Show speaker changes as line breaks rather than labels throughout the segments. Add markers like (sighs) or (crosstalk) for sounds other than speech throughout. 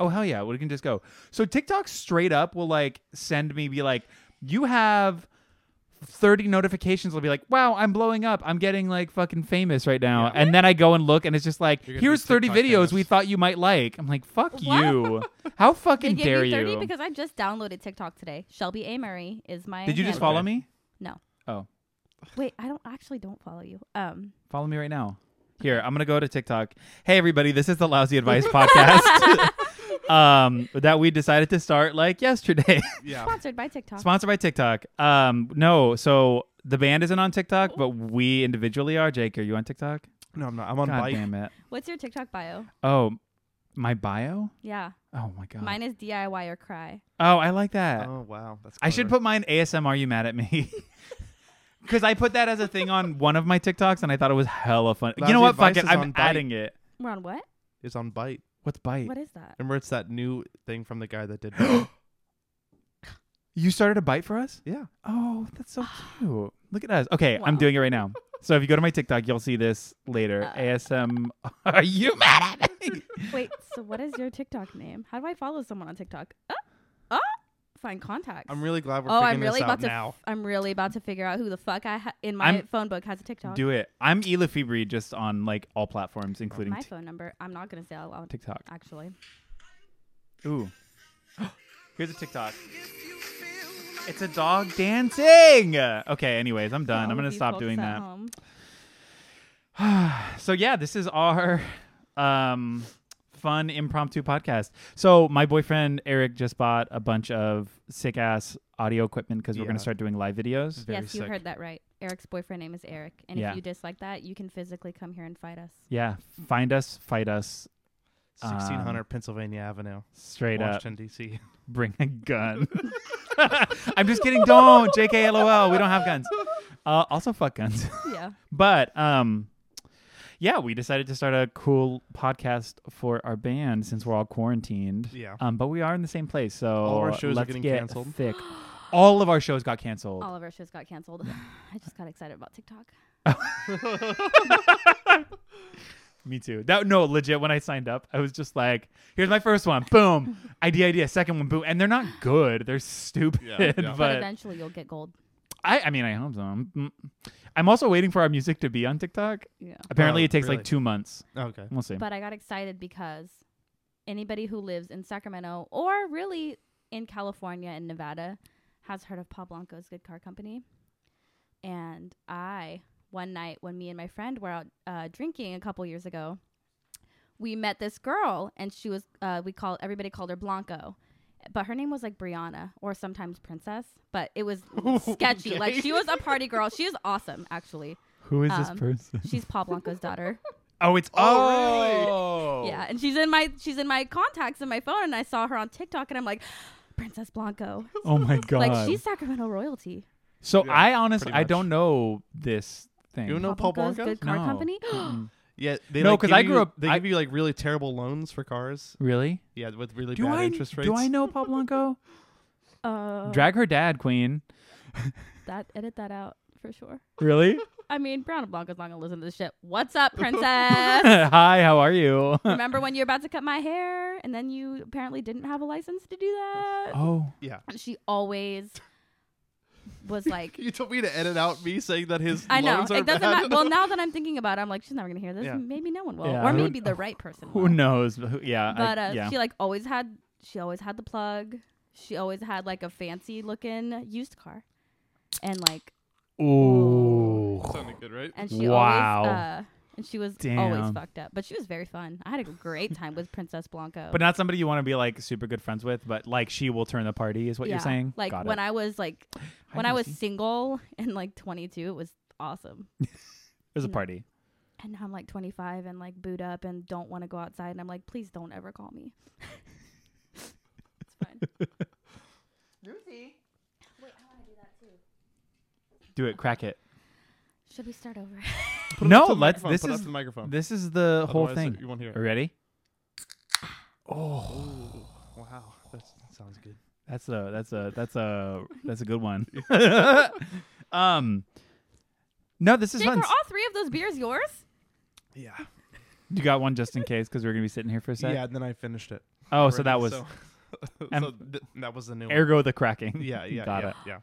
Oh, yeah, we can just go. So TikTok straight up will like send me be like, you have 30 notifications. I'll be like, wow, I'm blowing up. I'm getting like fucking famous right now. And then I go and look and it's just like,
You're gonna be
here's 30
TikTok
videos we
famous.
thought you might like. I'm like, fuck
What?
you. How
(laughs) They
fucking
gave
dare
me 30
you?
because I just downloaded TikTok today. Shelby A. Murray is my.
Did you just
handle.
follow
Okay.
me?
No.
Oh,
Wait, I don't actually don't follow you. Um,
follow me right now. Here, I'm gonna go to TikTok. Hey everybody, this is the Lousy Advice Podcast. um that we decided to start like yesterday.
Yeah.
sponsored by TikTok.
Sponsored by TikTok. Um, no, so the band isn't on TikTok, but we individually are. Jake, are you on TikTok?
No, I'm not. I'm on
God
bike.
damn it.
What's your TikTok bio?
Oh, my bio?
Yeah,
Oh my god.
mine is DIY or cry.
oh, I like that.
Oh wow, that's.
I should
clever.
put mine ASM are you mad at me? (laughs) Cuz I put that as a thing on one of my TikToks and I thought it was hella fun. you
Lousy
know what? Fuck
Advice
it.
is on
I'm
Bite.
adding it.
We're on what?
It's on Bite.
What's bite?
What is that?
Remember, it's that new thing from the guy that
(gasps)
did. Bite?
You started a bite for us?
yeah.
Oh, that's so cute. Look at us. Okay, I'm
Ah. Wow.
doing it right now. So if you go to my TikTok, you'll see this later.
Uh.
ASM, (laughs) are you mad at
(laughs)
me?
Wait, so what is your TikTok name? How do I follow someone on TikTok? Oh, oh find contacts.
I'm really glad we're
oh,
figuring
I'm really
this
about
out
to.
now.
I'm really about to figure out who the fuck I ha- in my
I'm-
phone book has a TikTok.
Do it. I'm Ela Fibri just on like all platforms, including
my
Tik-
phone number. I'm not gonna say out loud.
TikTok.
Actually, (laughs)
Ooh. Here's a TikTok. It's a dog dancing. Okay, anyways, I'm
For
done.
all
I'm
of
going to
you
stop
folks
doing
at
that.
home.
So yeah, this is our (laughs) um fun impromptu podcast. So my boyfriend Eric just bought a bunch of sick ass audio equipment because we're
Yeah. Mm-hmm.
gonna start doing live videos.
Very
yes, you
sick.
heard that right. Eric's boyfriend name is Eric, and
Yeah.
if you dislike that, you can physically come here and fight us.
Yeah, find us, fight us, Um,
1600 Pennsylvania Avenue,
straight up.
Washington D.C.
Bring a gun. (laughs) I'm just kidding. Don't. Jk. Lol. We don't have
(laughs)
guns. Uh, also, fuck guns. (laughs)
yeah.
but um, yeah, we decided to start a cool podcast for our band since we're all quarantined. (laughs)
(laughs) Yeah.
Um, but we are in the same place, so
All of our shows are
let's
getting
get
canceled. (gasps)
Thick. All of our shows got canceled.
All of our shows got canceled. (sighs) I just got excited about TikTok.
Me too. That no, legit. When I signed up, I was just like, "Here's my first one,
(laughs)
boom. Idea, idea. Second one, boom." And they're not good. They're stupid. (laughs)
Yeah, yeah.
But,
But
eventually you'll get gold.
I, I mean, I hope so. I'm, mm, I'm also waiting for our music to be on TikTok.
Yeah.
Apparently,
Oh,
it takes
really?
like two months.
Okay.
We'll see.
But I got excited because anybody who lives in Sacramento or really in California and Nevada has heard of Paul Blanco's Good Car Company. And I, one night when me and my friend were out uh, drinking a couple years ago, we met this girl and she was, uh, we call everybody called her Blanco. But her name was like Brianna or sometimes Princess, but it was sketchy. Like she was a party girl. She is awesome, actually.
Who is
um,
this person?
She's Paul Blanco's daughter.
(laughs) Oh, it's
Oh,
oh.
Yeah, and she's in my she's in my contacts in my phone, and I saw her on TikTok, and I'm like, (gasps) Princess Blanco, (laughs)
Oh my god.
like she's Sacramento royalty.
so
Yeah,
I honestly,
pretty
I
much.
don't know this thing.
You don't know Paul
Blanco's
Blanco?
Good Car
No.
Company. (gasps)
Mm-mm.
Yeah. They,
No,
like,
'cause
give
I grew
you-
up-
They
I-
give you like really terrible loans for cars.
really?
Yeah, with really
Do
bad
I
interest rates.
do I know Paul
(laughs)
Blanco?
uh,
Drag her dad, Queen.
that edit that out for sure.
Really?
I mean, Brown and Blanco's not gonna listen to this shit. What's
(laughs)
up, Princess?
(laughs) Hi, how are you?
Remember when you're about to cut my hair, and then you apparently didn't have a license to do that?
oh,
Yeah.
And she always was
(laughs)
like.
You told me to edit out me saying that his
I know.
loans are
It doesn't
bad.
matter.
(laughs)
Well, now that I'm thinking about it, I'm like, she's never going to hear this.
Yeah.
Maybe no one will.
Yeah,
or
who-
maybe the right person will.
who knows? Who- Yeah, I-
But uh,
yeah.
she like always had she always had the plug. She always had like a fancy looking used car, and like
Ooh,
Sounded good, right?
and she
Wow.
always uh, and she was always
Damn.
fucked up. But she was very fun. I had a great time with Princess Blanco.
but not somebody you want to be like super good friends with, but like she will turn the party is what you're saying.
Like
Got
when
it.
I was like when I was single and like 22, it was awesome.
there's a
no.
party.
And now I'm like 25 and like boot up and don't want to go outside. And I'm like, please don't ever call me. (laughs) it's fine.
Do it, crack it.
Should we start over?
Put it
No,
up to the
let's-
microphone,
this
put it up
is-
to the microphone.
This is the whole
Oh. Otherwise, uh,
thing.
You won't hear
Are
it.
you ready? Oh.
Wow, that's, that sounds good.
That's a that's a that's a that's a good one. (laughs) um, no, this is
Jake, are
fun.
all three of those beers yours?
Yeah.
You got one just in case because we're gonna be sitting here for a sec.
Yeah, and then I finished it.
Oh, so that was
So, (laughs)
and-
so th- that was the new
ergo the cracking.
one. (laughs) Yeah, yeah,
got
yeah,
it.
yeah,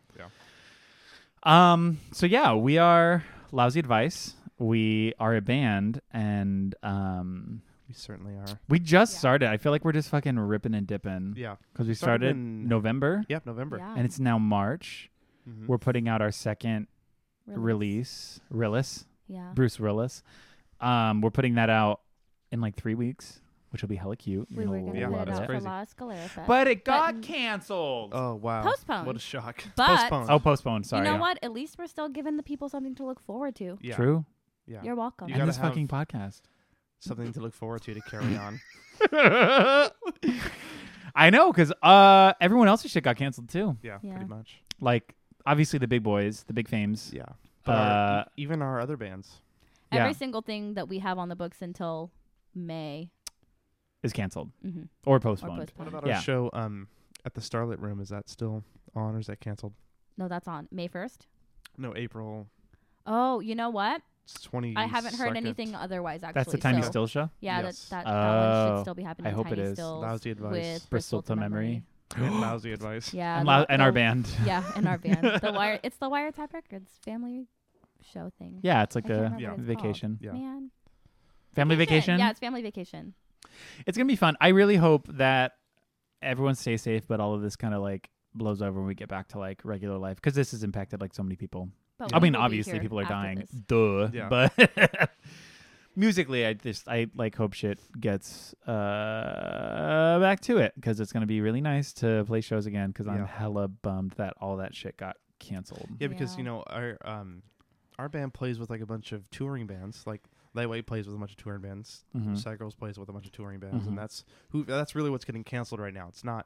yeah.
Um, so yeah, we are lousy advice. We are a band, and um,
We certainly are.
we just
Yeah.
started. I feel like we're just fucking ripping and dipping
Yeah.
because we
Started
started,
in-
November,
Yep. November.
Yeah.
and it's now March.
Mhm.
We're putting out our second
Really.
release, Rillis,
Yeah.
Bruce Rillis. Um, we're putting that out in like three weeks, which will be hella cute.
We were going to
Yeah,
put it
that's
out for
crazy.
Las Galeras Fest.
but it got
But-
canceled.
Oh wow.
Postponed.
What a shock.
But-
Postponed.
oh, postponed. Sorry.
you know
Yeah.
what? At least we're still giving the people something to look forward to.
Yeah.
True.
Yeah.
You're welcome.
You
and
gotta
this
have-
fucking podcast.
Something to look forward to
(laughs)
to carry on.
I know, cause uh, everyone else's shit got canceled too.
Yeah,
Yeah.
Pretty much.
Like obviously the big boys, the big fames.
Yeah.
But our-
uh, even our other bands.
Every
Yeah.
single thing that we have on the books until May
is canceled
mm-hmm.
or
or
postponed.
What
postponed.
about
Yeah.
our show um at the Starlit Room? Is that still on or is that canceled?
No, that's on May 1st.
No, April
Oh, you know what?
twenty.
I haven't heard anything otherwise, actually.
That's the tiny
so,
still show.
Yeah,
Yes.
that, that, that one
Oh,
should still be happening.
I hope it
tiny
is.
Stills
Lousy advice.
With
Bristol to memory.
(gasps) And lousy advice.
Yeah.
and,
the-
lou- and our
the-
band.
(laughs) Yeah, and our band.
(laughs)
The wire. It's the Wiretap Records family show thing.
Yeah, it's
I
like
can't
a
remember what
Yeah.
it's
vacation,
Yeah.
Called. Man.
family vacation.
Yeah, it's family vacation.
It's gonna be fun. I really hope that everyone stays safe, but all of this kind of like blows over when we get back to like regular life because this has impacted like so many people.
But
I
we
mean,
will Oh, be
obviously
here
people are
after
dying,
this.
duh.
Yeah.
But (laughs) musically, I just I like hope shit gets uh back to it because it's gonna be really nice to play shows again because I'm
Yeah.
hella bummed that all that shit got canceled.
Yeah, because you
Yeah.
know our um our band plays with like a bunch of touring bands. Like Lightweight plays with a bunch of touring bands.
Mhm.
Sad Girls plays with a bunch of touring bands,
Mhm.
and that's who that's really what's getting canceled right now. It's not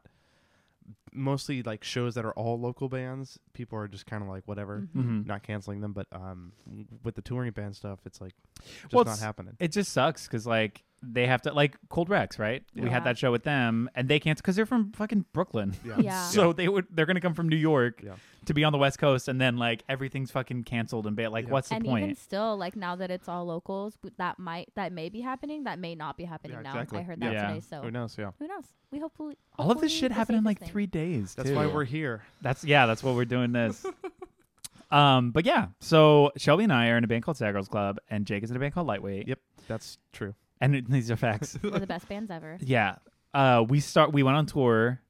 mostly like shows that are all local bands. People are just kind of like whatever.
Mhm.
not canceling them, but um, w- with the touring band stuff, it's like just
Well,
not
it's-
happening.
It just sucks because like they have to like Cold Rex, right? We
Yeah.
had that show with them, and they can't because they're from fucking Brooklyn.
Yeah.
So they would they're gonna come from New York
Yeah.
to be on the West Coast, and then like everything's fucking canceled and ba- like
Yeah.
what's the
and
point?
even still, like now that it's all locals, w- that might that may be happening, that may not be happening
Yeah,
now.
exactly.
I heard that
Yeah.
today, so
Who knows? Yeah.
who knows? We hopefully
All of this
hopefully
shit
the
happened in like
safest thing.
three days.
That's
too.
why
Yeah.
we're here.
That's yeah. That's why we're doing
(laughs)
this. um, but yeah. So Shelby and I are in a band called Sad Girls Club, and Jake is in a band called Lightweight.
Yep. That's true.
And (laughs) it, these are facts.
We're
(laughs)
the best bands ever.
yeah. Uh, we start. We went on tour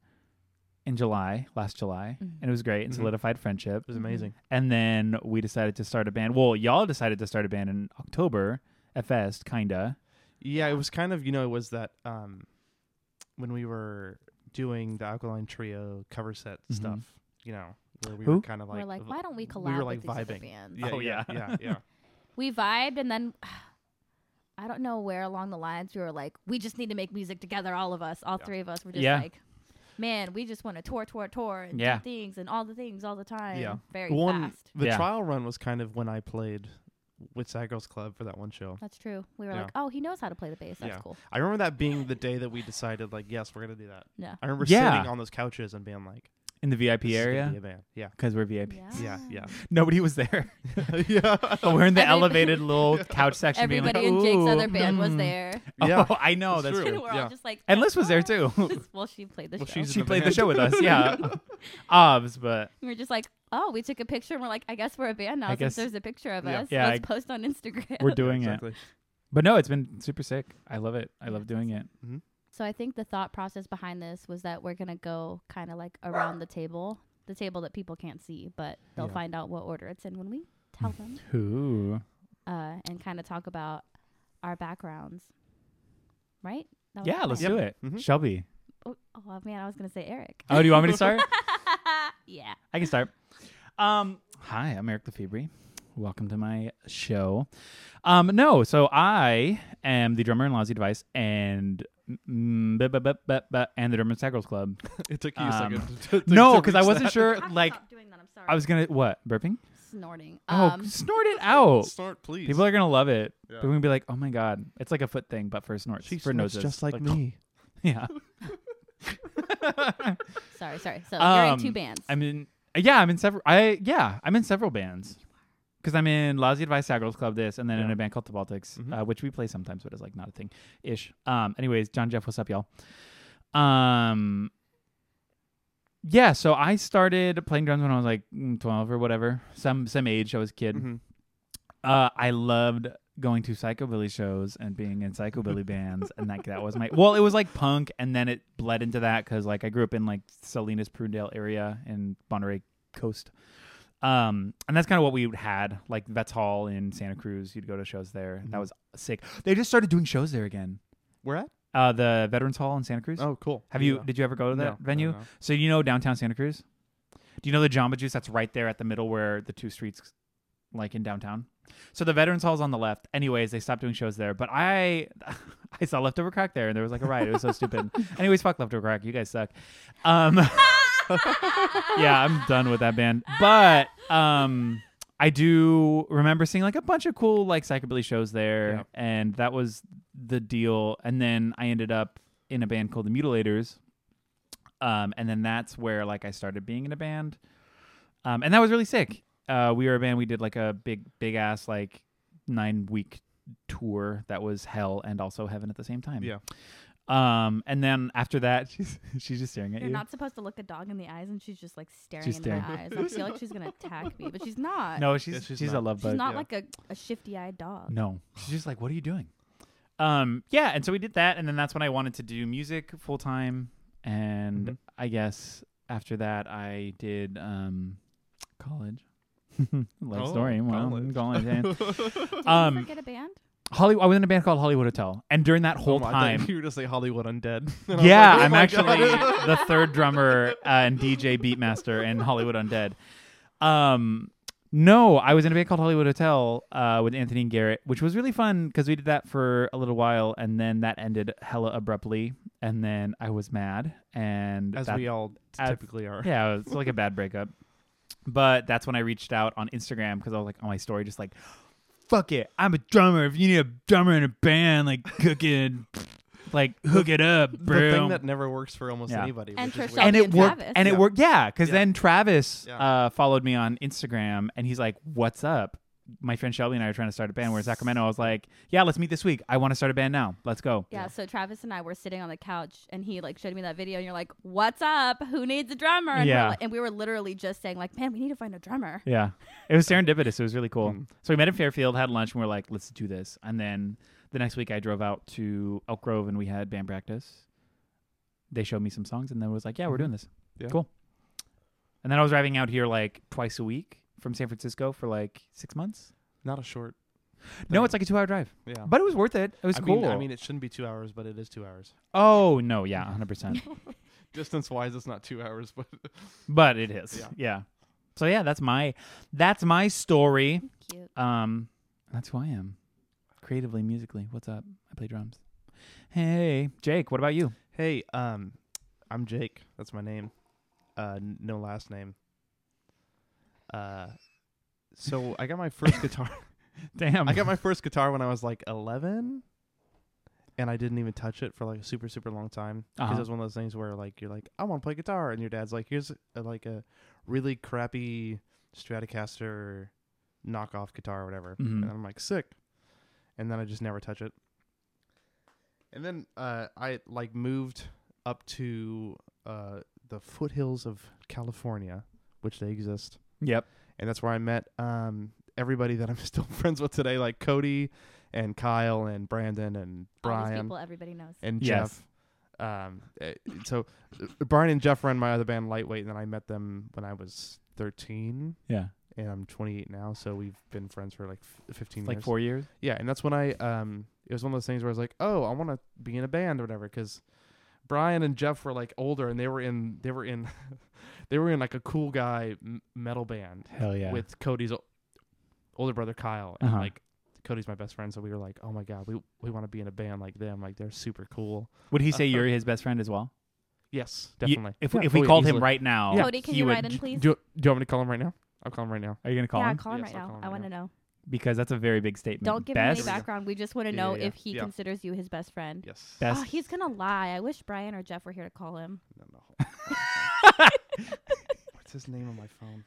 in July, last July,
Mhm.
and it was great and
Mhm.
solidified friendship.
It was amazing.
And then we decided to start a band. Well, y'all decided to start a band in October at Fest, kinda.
Yeah, it was kind of you know it was that um, when we were doing the Alkaline Trio cover set
Mhm.
stuff, you know, where we
Who?
were kind of like,
we're like, why don't we collab
we were like
with these other
vibing.
bands?
Yeah,
Oh,
yeah,
yeah.
yeah,
(laughs)
yeah.
We vibed, and then (sighs) I don't know where along the lines we were like, we just need to make music together, all of us, all
Yeah.
three of us. We're just
Yeah.
like, man, we just want to tour, tour, tour, and
Yeah.
do things and all the things all the time.
Yeah.
very
One
fast.
the
Yeah.
trial run was kind of when I played with Sad Girls Club for that one show.
That's true. We were
Yeah.
like, oh, he knows how to play the bass. That's
Yeah.
cool.
I remember that being the day that we decided like, yes, we're gonna do that.
Yeah.
I remember
Yeah.
sitting on those couches and being like,
in the VIP
this is gonna
area
be a band. Yeah.
because we're VIP.
Yeah,
Ah. (laughs)
yeah. (laughs)
Nobody was there. (laughs)
yeah.
But we're in the
Everybody-
elevated little couch section.
Everybody
being
in
like,
Jake's
"Ooh,
other band was
mm." (laughs)
there.
(laughs) Yeah.
Oh, I know.
It's
That's
true.
and we're all
Yeah.
just like, "Oh."
And Liz was there (laughs) too.
(laughs) well, she played the
Well,
show.
she's-
she
in the
played the
band.
show with us. (laughs) Yeah, obs, but
(laughs) we were just like, oh, we took a picture, and we're like, I guess we're a band now
I
since
guess-
there's a picture of
Yeah.
us.
Yeah,
Let's
I-
post on Instagram.
we're doing it.
exactly. (laughs)
But no, it's been super sick. I love it. I
Yeah,
love
it's
doing it.
(laughs) So I think the thought process behind this was that we're gonna go kind of like around the table, the table that people can't see, but they'll
Yeah.
find out what order it's in when we tell them,
Ooh,
uh, and kind of talk about our backgrounds, right? That was
yeah,
the
let's
plan.
do it.
Mhm.
Shelby.
Oh, oh man, I was gonna say Eric.
Oh, do you want me to start?
yeah.
I can start. Um, hi, I'm Eric Lefebvre. Welcome to my show. Um, no, so I am the drummer in Lousy Device and mm, bu- bu- bu- bu- bu- and the drummer in Sad Girls Club.
It took you a
Um,
second. (laughs) To, to,
no,
to
because I
reach
wasn't
that.
sure. uh, Like,
stop doing that. I'm sorry.
I was gonna what burping?
snorting. Um,
Oh, snort it out.
Snort, please.
People are gonna love it.
Yeah.
They're gonna be like, "Oh my god, it's like a foot thing, but for snorts,
she
for
snorts
noses,
just like, me.
(laughs)
(laughs)
Yeah,
sorry, sorry. So you're in
Um,
two bands. (laughs)
I'm in. uh, Yeah, I'm in several. I yeah, I'm in several bands. Because I'm in Lousy Advice, Sad Girls Club, this, and then in
Yeah.
a band called The Baltics,
Mhm.
uh, which we play sometimes, but is like not a thing, ish. Um. Anyways, John Jeff, what's up, y'all? Um yeah, so I started playing drums when I was like mm, 12 or whatever, some some age. I was a kid.
Mhm.
Uh, I loved going to psychobilly shows and being in
(laughs)
psychobilly bands, and like that was my well, it was like punk, and then it bled into that because like I grew up in like Salinas Prudel area in Monterey Coast, um, and that's kind of what we had like Vets Hall in Santa Cruz. You'd go to shows there. That
Mhm.
was sick. They just started doing shows there again.
Where at?
Uh, the Veterans Hall in Santa Cruz.
Oh, cool.
Have
Yeah.
you? Did you ever go to
No,
that
no,
venue?
no.
So you know downtown Santa Cruz? Do you know the Jamba Juice that's right there at the middle where the two streets like in downtown? So the Veterans Hall's on the left. Anyways, they stopped doing shows there, but I (laughs) I saw Leftover Crack there and there was like a riot. It was so stupid. Anyways, fuck Leftover Crack. You guys suck. Um Yeah, I'm done with that band. But um I do remember seeing like a bunch of cool like psychobilly shows there
Yeah.
and that was the deal. And then I ended up in a band called the Mutilators um, and then that's where like I started being in a band, um, and that was really sick. Uh, we were a band. We did like a big, big ass like nine week tour that was hell and also heaven at the same time.
Yeah.
Um, and then after that, (laughs) she's she's just staring at
You're
you.
not supposed to look a dog in the eyes, and she's just like staring
She's
into
staring.
my eyes. I feel like she's gonna attack me, but she's not.
no, she's
Yeah,
she's,
she's
a
not.
love
she's
bug.
not
yeah.
like a, a shifty-eyed dog.
No, she's just like, what are you doing? Um, yeah, and so we did that, and then that's when I wanted to do music full time, and
Mhm.
I guess after that I did um, college. (laughs) Love
Oh,
story. Well,
college.
college, yeah. (laughs)
Did
Um,
you forget a band?
Holly, I was in a band called Hollywood Hotel, and during that whole
Oh, I thought
time,
you were just like Hollywood Undead. (laughs) And I was
yeah,
like, oh
I'm
my
actually (laughs)
God. (laughs)
the third drummer uh, and DJ beatmaster in Hollywood Undead. Um, no, I was in a band called Hollywood Hotel uh, with Anthony and Garrett, which was really fun because we did that for a little while, and then that ended hella abruptly, and then I was mad, and
as
that-
we all
as-
typically are.
yeah, it was like a bad breakup. But that's when I reached out on Instagram because I was like on my story, just like, fuck it, I'm a drummer. If you need a drummer in a band, like cooking, (laughs) like hook it up, bro.
The thing that never works for almost
Yeah.
anybody. which
Enter
is weird.
Shelby
and it worked,
Travis.
and it
Yeah.
worked, yeah. Because
Yeah.
then Travis
Yeah.
uh, followed me on Instagram, and he's like, "What's up?" My friend Shelby and I are trying to start a band. We're in Sacramento. I was like, "Yeah, let's meet this week. I want to start a band now. Let's go."
Yeah, so Travis and I were sitting on the couch, and he like showed me that video, and you're like, "What's up? Who needs a drummer?" And, we're
Yeah.
like- and we were literally just saying like, "Man, we need to find a drummer."
Yeah. It was serendipitous. It was really cool.
Mm.
So we met in Fairfield, had lunch, and we were like, let's do this. And then the next week I drove out to Elk Grove and we had band practice. They showed me some songs and then was like, yeah, we're
Mhm.
doing this.
Yeah.
Cool. And then I was driving out here like twice a week from San Francisco for like six months.
not a short.
No,
Thing.
it's like a two hour drive,
Yeah,
but it was worth it. It was
I
cool.
Mean, I mean, it shouldn't be two hours, but it is two hours. (laughs)
oh, no. Yeah, (laughs) 100%.
Distance wise, it's not two hours, but (laughs)
but it is. Yeah.
Yeah.
So yeah, that's my that's my story.
Cute.
Um, that's who I am. Creatively, musically. What's up? I play drums. Hey, Jake, what about you?
hey, um, I'm Jake. That's my name. Uh, n- no last name. Uh, so I got
(laughs)
my first guitar.
Damn.
I got my first guitar when I was like 11, and I didn't even touch it for like a super super long time because
Uh-huh.
it was one of those things where like you're like I want to play guitar, and your dad's like here's a, like a really crappy Stratocaster knockoff guitar or whatever,
Mhm.
and I'm like sick, and then I just never touch it. And then uh, I like moved up to uh, the foothills of California, which they exist
(laughs) Yep.
and that's where I met um, everybody that I'm (laughs) still friends with today, like Cody and Kyle and Brandon and
All these
Brian
people everybody knows.
and
Yes.
Jeff. Um, eh, so uh, Brian and Jeff run my other band, Lightweight, and then I met them when I was 13,
Yeah.
and I'm 28 now, so we've been friends for like f- 15
Like
years.
four years.
Yeah, and that's when I um it was one of those things where I was like, "Oh, I want to be in a band or whatever cuz Brian and Jeff were like older and they were in they were in (laughs) they were in like a cool guy m- metal band
Hell yeah.
with Cody's o- older brother Kyle and
Uh-huh.
like Cody's my best friend so we were like, "Oh my god, we we want to be in a band like them. Like they're super cool."
Would he say you're his best friend as well?
Yes,
You-
definitely.
if
Yeah,
if we
oh, yeah,
called
easily.
him right now,
Yeah.
Cody, can
he
you
would.
write in, please?
Do do you want me to call him right now? I'll call him right now.
Are you gonna call
yeah,
him?
call him
Yes,
right
I'll
now.
call him
I
right
want to
now.
know.
Because that's a very big statement.
Don't give
best,
him any background. We just want to
Yeah,
know
yeah, yeah.
if he
Yeah.
considers you his best friend.
Yes.
Best.
Oh, he's gonna lie. I wish Brian or Jeff were here to call him.
No, no. his name on my
(laughs)
phone?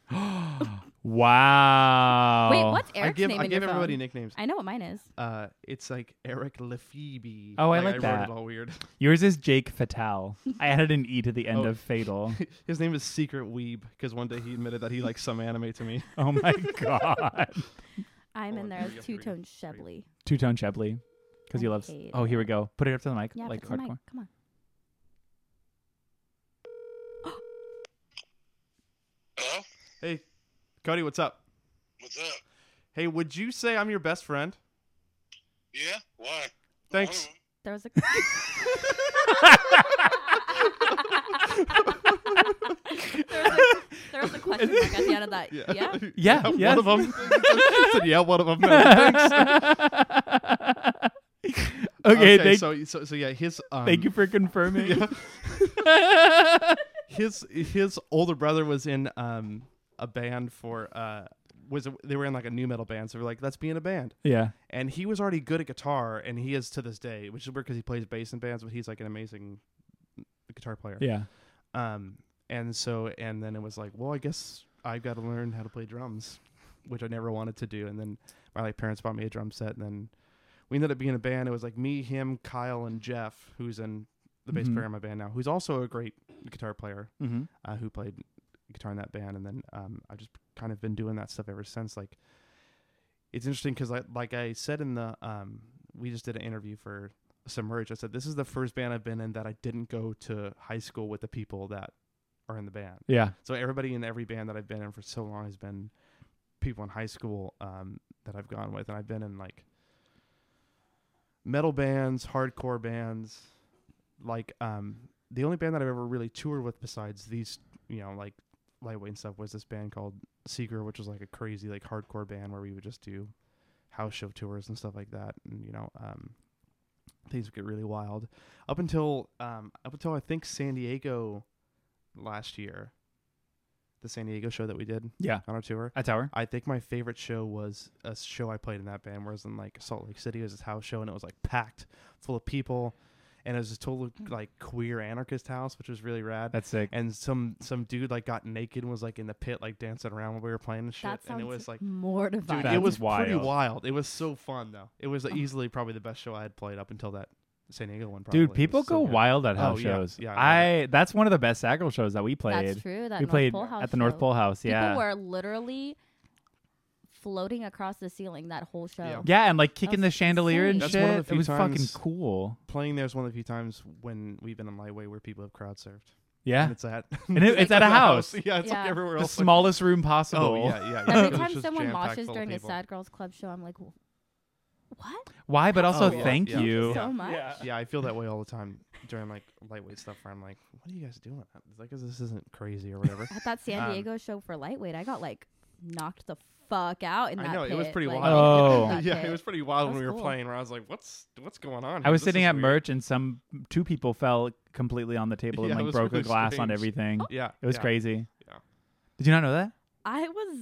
wow.
(laughs) Wait, what's
I
Eric's
give
name
I
in
give
your
everybody
phone?
nicknames.
I know what mine is.
Uh, it's like Eric Lefebvre.
Oh, I like
I
that.
Wrote it all weird.
Yours is Jake Fatal. I added an E to the end
Oh.
of
(laughs)
Fatal.
His name is Secret Weeb because one day he admitted that he likes some anime to me. (laughs)
Oh my god.
Hold
I'm in
on,
there
here
as
we go, here
two
we go,
tone Shebley.
Two tone Shepley. Because he
I
loves
hate
Oh, here we go. Put it up to the mic.
Yeah,
like
like Mike.
hardcore.
Come on.
Hello?
Hey, Cody, what's up?
What's up?
Hey, would you say I'm your best friend?
Yeah? Why?
Thanks.
Why?
There
(laughs)
was a. (laughs) there, was a there was a question mark at the end of that. Yeah.
(laughs)
Yeah, yes.
One of (laughs) them. said, yeah, one of
(laughs)
them. No, thanks.
okay, thank,
so, so so yeah, his um,
thank
(laughs)
you for confirming. (laughs)
His his older brother was in um a band for uh was they were in like a new metal band, so we're like let's be in a band.
yeah.
And he was already good at guitar, and he is to this day, which is weird because he plays bass in bands, but he's like an amazing guitar player.
Yeah.
Um, and so and then it was like, well, I guess I've got to learn how to play drums, which I never wanted to do. And then my like parents bought me a drum set, and then we ended up being a band. It was like me, him, Kyle, and Jeff, who's in the bass
Mhm.
player in my band now, who's also a great guitar player,
Mm-hmm.
uh, who played guitar in that band. And then um, I've just kind of been doing that stuff ever since. Like, it's interesting because like like I said in the um, we just did an interview for Submerge. I said this is the first band I've been in that I didn't go to high school with the people that are in the band.
Yeah.
So everybody in every band that I've been in for so long has been people in high school um, that I've gone with, and I've been in like metal bands, hardcore bands. Like um, the only band that I've ever really toured with besides these, you know, like lightweight and stuff, was this band called Seeker, which was like a crazy like hardcore band where we would just do house show tours and stuff like that, and you know. Um, Things would get really wild, up until um, up until I think San Diego last year, the San Diego show that we did
Yeah.
on our tour.
A tower.
I think my favorite show was a show I played in that band, whereas in like Salt Lake City it was this house show and it was like packed full of people, and it was a total like queer anarchist house, which was really rad.
That's sick.
and some some dude like got naked and was like in the pit like dancing around while we were playing and shit,
That sounds
and it was like
mortifying.
dude,
That's
it was pretty
wild.
wild. It was so fun though. It was easily probably the best show I had played up until that San Diego one. Probably. It
Dude,
was
people
so
go
good.
wild at house
Oh, yeah.
shows.
Yeah, I
I that's one of the best Sackle shows that we played.
That's true. That
We
North
played
Pole House
at the North
show.
Pole House. Yeah.
People were literally floating across the ceiling that whole show.
Yeah.
yeah, and like kicking the
was
chandelier and
insane.
shit.
That's one of
it
the few
was
times-
fucking cool.
Playing there is one of the few times when we've been in lightweight where people have crowd surfed.
Yeah.
and it's at (laughs)
And it- it's at a house.
Yeah, it's
Yeah.
like everywhere
The
else. like-
smallest room possible.
oh yeah, yeah. yeah. It
Every
was
time
just
someone
jam-packed
moshes
full of
during the
people.
Sad Girls Club show, I'm like, "Wh- what?
Why? But also
Oh, yeah.
thank
Yeah.
you.
So much.
(laughs) Yeah, I feel that way all the time during like lightweight stuff where I'm like, what are you guys doing? It's Like, this isn't crazy or whatever. (laughs)
At that San
Um,
Diego show for lightweight, I got like knocked the fuck out in
I
that
know, it was
pit.
pretty
Like,
wild.
I
Oh.
couldn't do
yeah,
(laughs) that
it was
pit.
pretty wild
That
when we
was
were
cool.
playing. Where I was like, what's what's going on?
I was
here? This
sitting
is
at
weird.
merch and some two people fell completely on the table
Yeah,
and
it
like
was
broke a
really
glass on
strange.
everything.
Yeah,
It was
yeah.
crazy.
Yeah.
Did you not know that?
I was.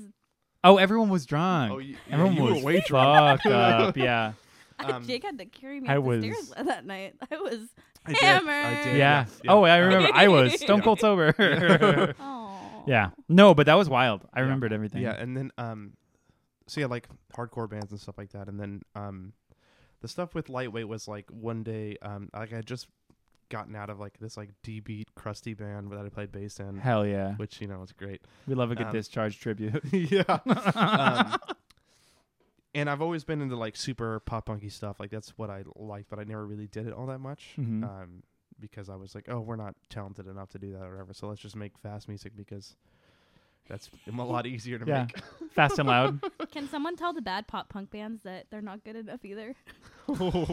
Oh, everyone was drunk.
Oh, you, yeah,
everyone
you
was
were way
(laughs)
drunk.
fucked
(laughs)
up. Yeah.
Um,
Jake had to carry me
I
up the
was-
stairs (laughs) that night. I was.
I did, I
hammered.
did.
Yeah.
yeah.
Oh, I remember.
(laughs)
I was stone
Yeah.
cold
(laughs)
sober.
Oh.
(laughs) yeah. No, but that was wild. I
Yeah.
remembered everything.
Yeah, and then um, so yeah, like hardcore bands and stuff like that, and then um, the stuff with lightweight was like one day um, like I had just gotten out of like this like D beat crusty band that I played bass in,
Hell yeah.
which you know was great.
We love a good
Um,
discharge tribute.
(laughs)
(laughs)
yeah. Um, and I've always been into like super pop punky stuff, like that's what I like, but I never really did it all that much.
Mhm.
Um, because I was like, oh, we're not talented enough to do that or whatever, so let's just make fast music because that's a lot easier to
Yeah. (laughs)
make.
Fast and loud.
Can someone tell the bad pop punk bands that they're not good enough either?
(laughs)
Do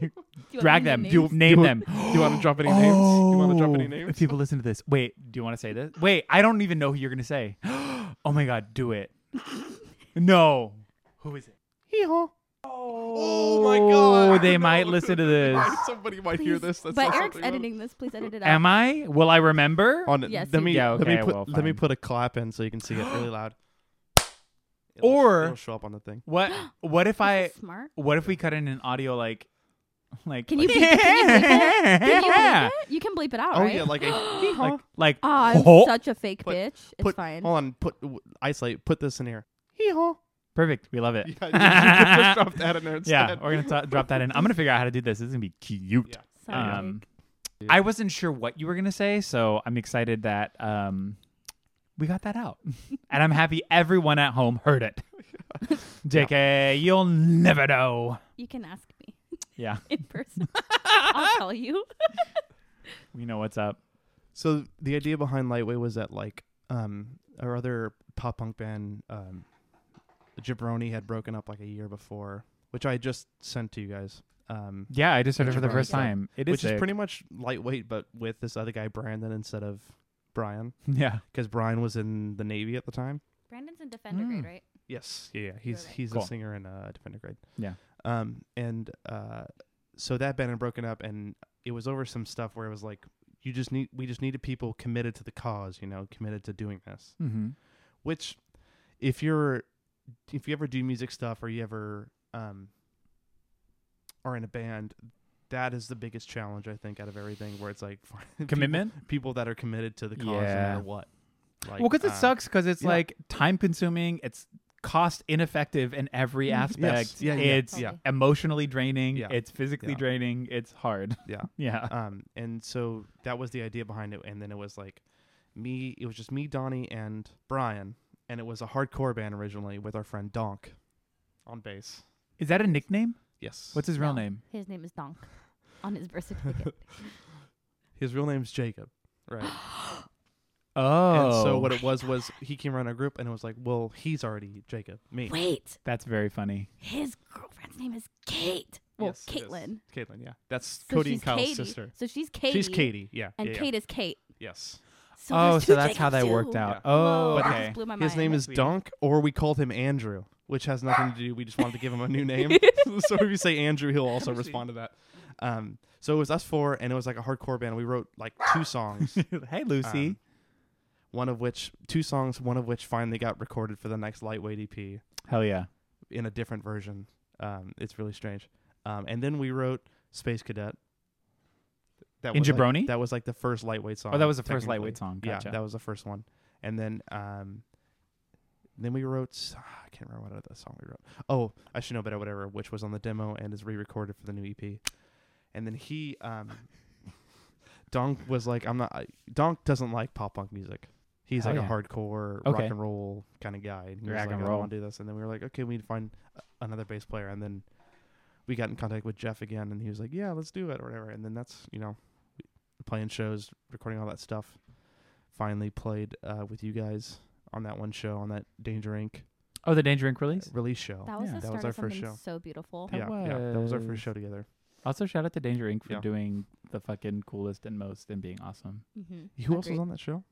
you want
Drag
me to
them.
name
Do,
names?
name
Do you-
them.
Do you want to drop any names? You want to drop any
Oh,
names?
If people listen to this, wait. Do you want to say this? Wait, I don't even know who you're gonna say. (gasps) oh my god, do
(laughs)
it. no. Who is it?
Hee-haw.
Oh
my God,
They
no.
might listen to this.
(laughs) Somebody might hear
Please-
this. That's
but
not
Eric's
something-
editing this. Please edit it out.
Am I? Will I remember?
(gasps) On it.
Yes,
let
you
me,
Yeah,
let
okay,
me put
well,
let me
fine.
put a clap in so you can see it really loud. (gasps) It'll-
Or-
it'll show up on the thing.
What? What if I?
This is smart.
What if we cut in an audio like? Like,
Can you
like,
bleep it? Can you
(laughs)
bleep it? Can you bleep it? You can bleep it out,
Oh
right?
yeah,
(gasps)
like a (gasps) like,
like,
(laughs)
Oh, I'm
Oh.
such a fake
Put-
bitch. It's
put
fine.
hold on, put w- isolate, put this in here. Hee haw.
perfect. We love it.
(laughs) Yeah, you can just drop that in (laughs) there
Yeah,
instead.
we're gonna ta- drop that in. I'm gonna figure out how to do this. This is gonna be cute.
Yeah.
Sorry, Jake.
Um, I wasn't sure what you were gonna say, so I'm excited that um, we got that out, (laughs) and I'm happy everyone at home heard (laughs) it. JK, you'll never know.
you can ask me (laughs)
Yeah,
in person. I'll tell you.
we know what's up.
So the idea behind Lightweight was that like um our other pop punk band um Jabroni had broken up like a year before, which I just sent to you guys. Um
Yeah, I just heard it for the
Jabroni
first
stuff,
time. It is
which
sick.
is pretty much lightweight but with this other guy Brandon instead of Brian
(laughs) Yeah,
because Brian was in the Navy at the time.
Brandon's in Defender grade,
Mm.
right?
Yes, yeah, yeah. he's
right.
he's
Cool.
a singer in uh, Defender Grade.
Yeah.
Um, and uh, so that band had broken up, and it was over some stuff where it was like, you just need, we just needed people committed to the cause, you know, committed to doing this.
mm-hmm.
Which, if you're, if you ever do music stuff or you ever um, are in a band, that is the biggest challenge I think out of everything, where it's like (laughs) people-
commitment.
people, that are committed to the cause no
Yeah.
matter what. Like,
well, because it
uh,
sucks because it's
yeah.
like time consuming. It's cost ineffective in every aspect.
Mm-hmm. Yeah, yeah.
it's
Yeah.
emotionally draining.
Yeah.
It's physically
Yeah.
draining. It's hard.
(laughs) Yeah.
(laughs) Yeah.
um and so that was the idea behind it and then it was like me it was just me donnie and brian and it was a hardcore band originally with our friend donk on bass
Is that a nickname?
yes
What's his real
No.
name?
His name is Donk on his birth certificate.
(laughs) his real name's jacob right
Oh.
and so what it was was he came around our group and it was like well he's already jacob me
Wait,
That's very funny.
his girlfriend's name is Kate. Well,
Yes, yes.
Caitlin.
caitlin yeah that's
So
cody
she's
and kyle's
Katie.
sister
So she's Katie.
she's katie yeah
And
yeah, yeah.
Kate is Kate.
yes
So
oh,
there's
so
two
that's how
Jacobs
that
too.
worked out.
Yeah.
Oh,
Whoa, that
okay.
just blew my
his name
mind.
is donk or we called him andrew which has nothing to do we just wanted to give him a new
(laughs)
name (laughs) so if you say Andrew, he'll also respond to that. Um, so it was us four, and it was like a hardcore band. We wrote like two (laughs) songs,
(laughs) hey, Lucy.
um, one of which two songs, one of which finally got recorded for the next lightweight E EP
Hell yeah.
in a different version. Um, it's really strange. Um, and then we wrote Space Cadet. That
In
was like-
Jabroni?
that was like the first lightweight song.
Oh, that was the first
technically.
lightweight song. Gotcha.
Yeah, that was the first one. And then um then we wrote s- ah, I can't remember what other song we wrote. Oh, I should know better whatever, which was on the demo and is re-recorded for the new EP. And then he
(laughs)
um Donk was like I'm not I, Donk doesn't like pop punk music. He's
Hell
like
yeah.
a hardcore rock
Okay.
and roll kind of guy. And he was
Rock
like,
and
I
roll.
don't want to do this. And then we were like, okay, we need to find a- another bass player. And then we got in contact with Jeff again, and he was like, yeah, let's do it or whatever. And then that's you know playing shows, recording all that stuff. Finally played uh, with you guys on that one show on that Danger Inc.
oh, the Danger Inc. release?
release show.
That was
Yeah.
the
That
start
was
of
our first
something
show.
so beautiful.
That
yeah, yeah, that was our
was-
first show together.
Also, shout out to Danger Inc. for
Yeah.
doing the fucking coolest and most and being awesome.
Mhm.
Who else was
Agreed.
on that show?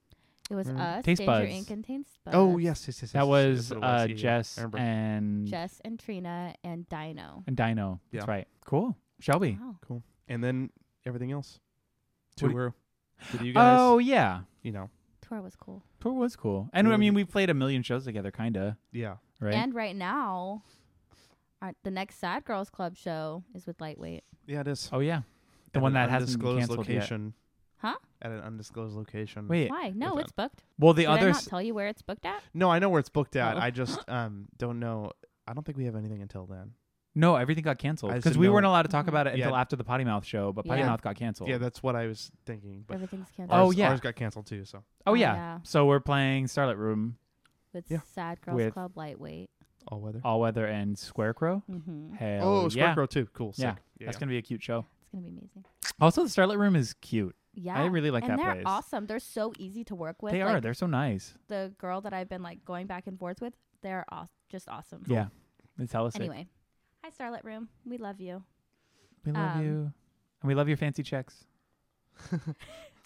It was
Mm.
us,
Taste
Danger
Buds.
Inc. and Taste Buds.
oh yes, yes, yes.
That
yes,
was,
yes, it
uh,
Yeah, yeah,
Jess
I remember.
and
Jess and Trina and Dino.
and Dino. That's
Yeah.
right. Cool. Shelby.
Wow.
and then everything else.
What do-
Tour (laughs) with you guys.
Oh yeah.
you know,
Tour was cool.
Tour was cool. And I
Tour-
mean, we played a million shows together, kind of,
yeah.
right?
And right now, our, the next Sad Girls Club show is with Lightweight.
Yeah, it is.
oh yeah. The
At
one
an
that hasn't been
undisclosed
canceled yet.
location.
Huh?
At an undisclosed location.
Wait.
Why? No,
with
it's booked.
Well, the
Did
other
I
s-
not tell you where it's booked
(sighs)
at?
No, I know where it's booked at.
Oh.
I just um don't know. I don't think we have anything until then.
No, everything got canceled
I
because
said
we
no.
weren't allowed to talk
Mhm.
about it
Yeah.
until after the Potty Mouth show, but Potty
Yeah.
Mouth got canceled.
Yeah, that's what I was thinking. But
Everything's canceled.
Oh,
ours-
yeah.
ours got canceled too. So
oh
Oh,
yeah.
yeah.
So we're playing Starlit Room,
With
Yeah.
Sad Girls
With-
Club Lightweight.
all weather.
All Weather, and Squarecrow.
Mm-hmm.
Hell
Oh,
yeah.
Scarecrow Oh, too. Cool. Sick.
Yeah,
yeah.
That's gonna be a cute show.
It's going to be amazing.
Also, the Starlit Room is cute.
Yeah.
I really like
and
that
they're
place.
awesome. They're so easy to work with.
They
like,
are. They're so nice.
the girl that I've been like going back and forth with, they're aw- just awesome.
Yeah. It's hella sick.
Anyway, hi Starlit Room. We love you.
we love
um,
you, and we love your fancy
(laughs)
checks.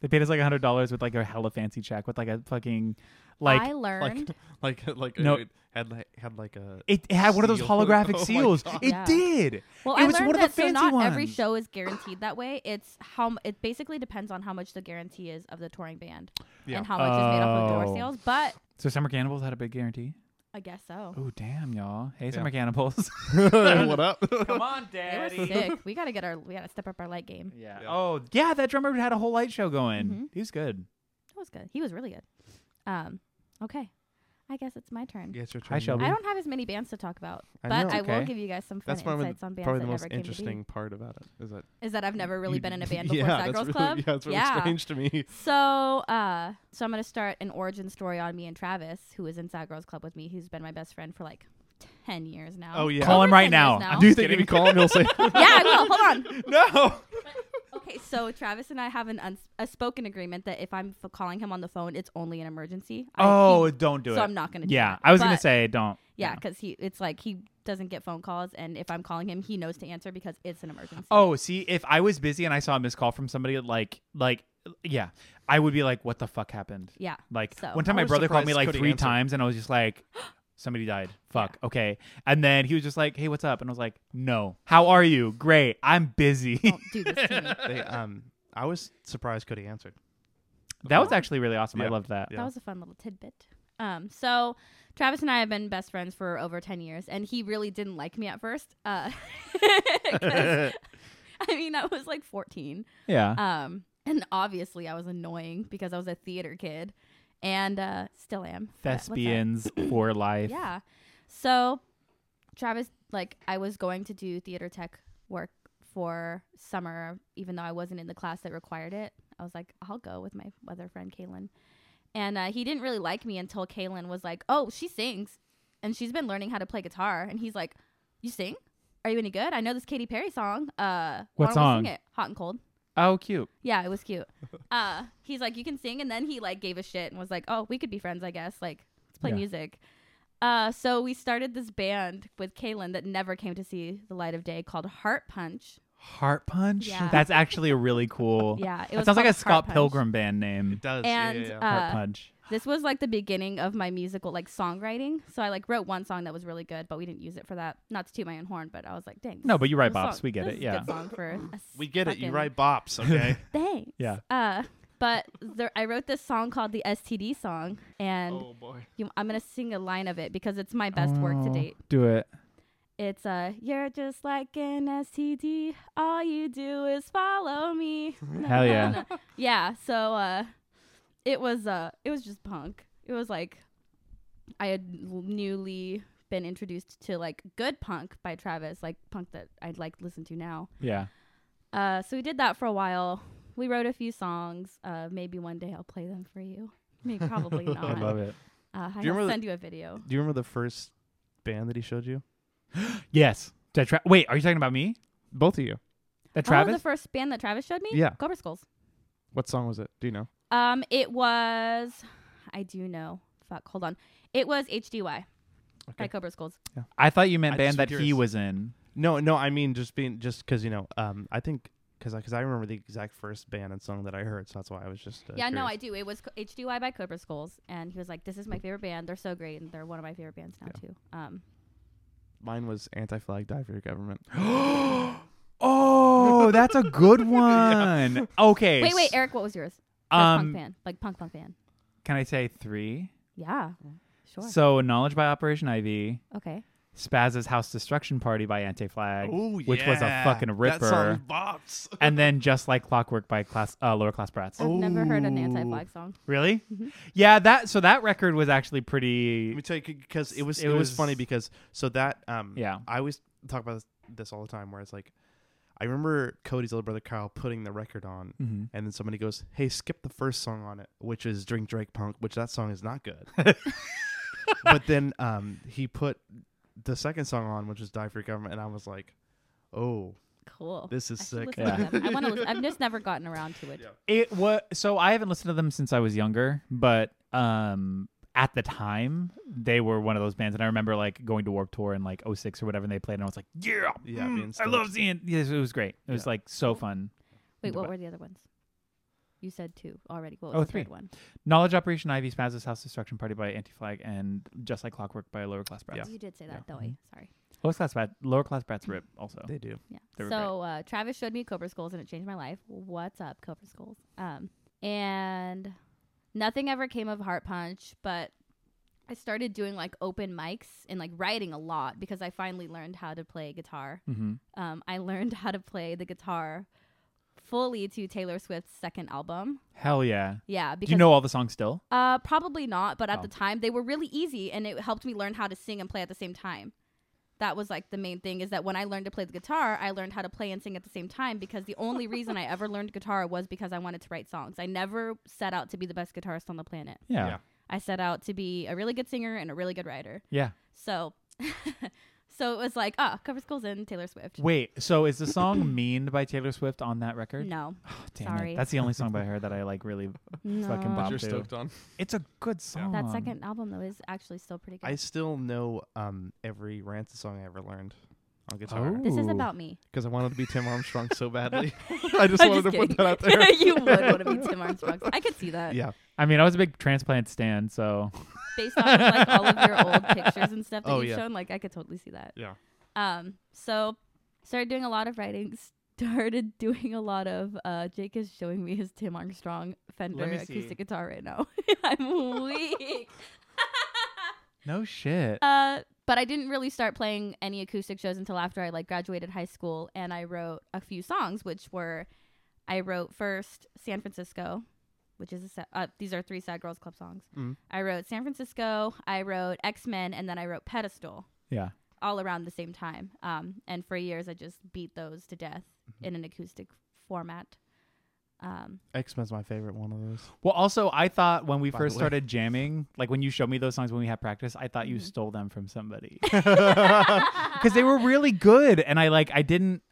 they paid us like a hundred dollars with like a hella fancy check with like a fucking like
I learned.
(laughs) like uh, like
No.
it had like had
(coughs)
like a
it, it had one of those
(laughs)
Seal.
holographic
Oh my
seals.
God.
It
Yeah.
did.
well,
it
I
was
learned
one of the
that
fancy
so not every
ones.
show is guaranteed that way. It's how m- it basically depends on how much the guarantee is of the touring band
Yeah.
and how much is made off of
Oh.
door sales. But
So Summer Cannibals had a big guarantee.
I guess so.
Oh damn, y'all! Hey,
Yeah.
summer cannibals.
what up?
(laughs) Come (laughs) on,
They
(laughs)
were sick. We gotta get our we gotta step up our light game.
Yeah.
Yeah.
Oh yeah, that drummer had a whole light show going.
Mhm.
He was good.
That was good. He was really good. Um, okay, I guess it's my turn.
Yeah, it's your turn.
Hi, Shelby.
I don't have as many bands to talk about,
I
but
know.
I
Okay.
will give you guys some fun
That's probably the-
insights on bands
Probably
that
the most
never came
interesting part about it is that
to be. Is that I've never really
you-
been in
(laughs)
a band before
yeah,
Sad
that's
Girls
really,
Club.
Yeah, that's really strange to
(laughs)
me.
So, uh, so I'm gonna start an origin story on me and Travis, who is in Sad Girls Club with me. He's been my best friend for like ten years now.
Oh yeah.
Call
Over
him right
10 years
now.
now.
Do you think if you call him,
(laughs)
he'll say
(laughs) yeah, I will. Hold on.
no?
Okay, so Travis and I have an uns- a spoken agreement that if I'm f- calling him on the phone, it's only an emergency. I-
oh,
he-
don't do
so
it.
I'm not gonna. do
yeah,
that.
I was gonna
But-
say don't.
Yeah, because he it's like he doesn't get phone calls, and if I'm calling him, he knows to answer because it's an emergency.
Oh, see, if I was busy and I saw a missed call from somebody, like, like, yeah, I would be like, "What the fuck happened?"
yeah.
Like
So-
one time,
I
my
was
brother called me
surprised
like
Cody
three
answered.
times, and I was just like, (gasps) "Somebody died. Fuck. Okay." And then he was just like, "Hey, what's up?" And I was like, "No. How are you? Great. I'm busy."
Don't do this to me.
They, um, I was surprised Cody answered.
(laughs) that was actually really awesome. I
Yeah.
loved that.
Yeah.
That was a fun little tidbit. Um, so Travis and I have been best friends for over ten years, and he really didn't like me at first. Uh, (laughs) 'cause, I mean, I was like fourteen.
Yeah.
Um, and obviously, I was annoying because I was a theater kid, and uh, still am. But what's up? (clears throat)
Thespians for life.
Yeah. So, Travis, like, I was going to do theater tech work for summer, even though I wasn't in the class that required it. I was like, I'll go with my other friend, Kaylin. And uh, he didn't really like me until Kaylin was like, Oh, she sings. And she's been learning how to play guitar. And he's like, You sing? Are you any good? I know this Katy Perry song. Uh, why
What
don't we
song?
Sing it? Hot and cold.
Oh, cute.
Yeah, it was cute. (laughs) Uh, he's like, you can sing, and then he like gave a shit and was like, oh, we could be friends, I guess. Like, let's play
Yeah.
music. Uh, so we started this band with Kaylin that never came to see the light of day called Heart Punch.
Heart punch.
Yeah.
That's actually a really cool.
(laughs) Yeah, it
That
was
sounds like a
called Heart
Scott
Punch.
Pilgrim band name.
does.
And
Heart
uh,
punch.
this was like the beginning of my musical like songwriting. So I like wrote one song that was really good, but we didn't use it for that. Not to toot my own horn, but I was like, dang.
No,
this-
but you write
this
bops.
song-
We get
this
it.
is a
Yeah.
good song
(laughs)
for a
we get it. You
fucking-
write bops, okay?
Thanks.
Yeah.
Uh, but there, I wrote this song called the STD song, and
Oh, boy.
You, I'm gonna sing a line of it because it's my best work to
Oh,
date.
Do it.
(laughs) It's uh, you're just like an STD. All you do is follow me.
Hell Oh,
(laughs)
yeah.
yeah. So uh, it was uh, it was just punk. It was like I had l- newly been introduced to like good punk by Travis, like punk that I'd like listen to now.
Yeah.
Uh, so we did that for a while. We wrote a few songs. Uh, maybe one day I'll play them for you. Maybe probably not.
(laughs) I love it.
Uh,
you remember
I'll
the-
send you a video.
Do you remember the first band that he showed you?
Yes. That tra- Wait, are you talking about me?
Both of you.
That
Oh,
Travis?
the first band that Travis showed me?
Yeah.
Cobra Skulls.
What song was it? Do you know?
Um, it was, I do know. Fuck, hold on. It was HDY by
Okay.
Cobra Skulls.
I thought you meant
I
band
just
that he
curious.
was
(gasps)
in.
No, no. I mean, just being just because you know. Um, I think because because I remember the exact first band and song that I heard, so that's why I was just. Uh,
yeah, no, I
curious.
do. It was Co- HDY by Cobra Skulls, and he was like, "This is my favorite band. They're so great, and they're one of my favorite bands now too." Um,
Mine was anti-flag, die for your government.
Oh, that's a
(laughs)
good one. Okay.
wait, wait,
s-
Eric, what was yours? First punk
Um,
band, like punk punk band.
can I say three?
Yeah, sure.
So, Knowledge by Operation Ivy,
okay,
Spaz's House Destruction Party by Anti Flag,
Oh
which was a fucking ripper,
bops.
and then Just Like Clockwork by class, uh, Lower Class Brats.
I've never heard an anti
Ooh.
flag song.
Really?
Mm-hmm.
Yeah, that so that record was actually pretty
Let me tell you because it was
It
it, was,
was-
funny because so that um
Yeah.
I always talk about this, this all the time where it's like I remember Cody's little brother Kyle putting the record on
Mhm.
and then somebody goes hey skip the first song on it which is Drink Drake Punk which that song is not
(laughs)
good but then um he put the second song on which is Die for Your Government and I was like oh
Cool.
this is
I should
sick
listen to
Yeah.
them. I want to. listen.
(laughs)
I've just never gotten around to it.
Yeah.
It was so I haven't listened to them since I was younger, but um at the time they were one of those bands and I remember like going to Warp Tour in like 06 or whatever and they played and I was like, "Yeah,
Yeah,
mm,
being
I
stoked.
love seeing yes, it was great. It was
Yeah.
like so fun.
Wait, what
But-
were the other ones? You said two already. What was
Oh,
the
three.
third one?
Knowledge Operation Ivy, Spaz's House Destruction Party by Anti-Flag and Just Like Clockwork by Lower Class Brats.
You did say that,
Yeah.
though.
Mm-hmm.
I Sorry.
Lower Class Brats, Lower Class Brats rip also.
they do
Yeah.
They were
so uh, Travis showed me Cobra Skulls, and it changed my life. What's up, Cobra Skulls? Um, and nothing ever came of Heart Punch, but I started doing like open mics and like writing a lot because I finally learned how to play guitar.
Mm-hmm.
Um, I (laughs) learned how to play the guitar fully to Taylor Swift's second album.
Hell yeah.
Yeah, because
Do you know all the songs still?
uh, probably not, but at
Oh.
the time they were really easy and it helped me learn how to sing and play at the same time. That was like the main thing is that when I learned to play the guitar, I learned how to play and sing at the same time because the only reason I ever learned guitar was because I wanted to write songs. I never set out to be the best guitarist on the planet.
Yeah.
Yeah.
I set out to be a really good singer and a really good writer.
Yeah.
So (laughs) so it was like, oh, cover school's in Taylor Swift.
Wait. So is the
(clears throat)
song "Mean" by Taylor Swift on that record?
No.
Oh, damn
Sorry.
it. That's the only song
(laughs)
by her that I like. Really,
no.
Fucking Bob.
But you're
too.
stoked on.
it's a good song.
That second album though is actually still pretty good.
I still know um every Rancid song I ever learned on guitar
Oh.
this is
Ooh.
about me.
because I wanted to be Tim Armstrong
(laughs)
so badly. (laughs) I just
I'm
wanted to put
kidding.
that out there.
(laughs) you would
(laughs)
want to be Tim Armstrong. I could see that.
yeah.
I mean, I was a big transplant stan, so
Based off of, like all of your
(laughs)
old pictures and stuff that
Oh,
you've
yeah.
shown, like I could totally see that.
Yeah.
Um, so started doing a lot of writing. Started (laughs) doing a lot of. Uh, Jake is showing me his Tim Armstrong Fender
me see.
acoustic guitar right now. (laughs) I'm weak.
no shit.
Uh, but I didn't really start playing any acoustic shows until after I like graduated high school and I wrote a few songs, which were I wrote first San Francisco, which is a sa- uh, these are three Sad Girls Club songs.
Mm.
I wrote San Francisco, I wrote X Men, and then I wrote Pedestal
yeah.
all around the same time. Um, and for years I just beat those to death
Mm-hmm.
in an acoustic format. Um,
X Men's my favorite one of those.
Well, also, I thought when we
By the
first
way.
started jamming, like when you showed me those songs when we had practice, I thought you
Mhm.
stole them from
(laughs)
somebody (laughs) because they were really good, and I like I didn't.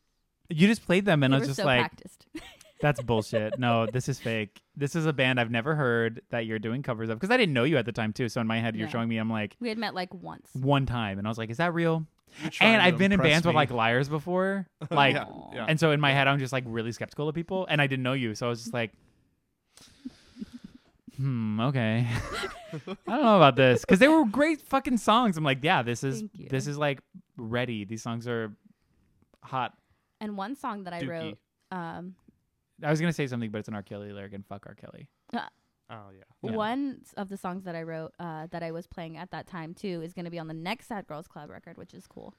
You just played them, and
they
I was
were
just
so
like,
practiced.
(laughs)
(laughs)
"That's bullshit. No, this is fake. This is a band I've never heard that you're doing covers of." Because I didn't know you at the time too. So in my head, you're
Yeah.
showing me, I'm like
we had met like once.
one time, and I was like, "Is that real?"
You're trying
And
to
I've been in
impress
bands with
me.
like liars before, (laughs) like,
Yeah, yeah.
and so in my head, I'm just like really skeptical of people, and I didn't know you, so I was just like, "Hmm, okay." (laughs) I don't know about this because they were great fucking songs. I'm like, yeah, this is
Thank you.
this is like ready. These songs are hot.
And one song that I
Dookie.
wrote. Um,
I was gonna say something, but it's an R. Kelly lyric, and fuck R. Kelly.
Oh yeah.
Yeah.
One s- of the songs that I wrote uh, that I was playing at that time too is going to be on the next Sad Girls Club record, which is cool.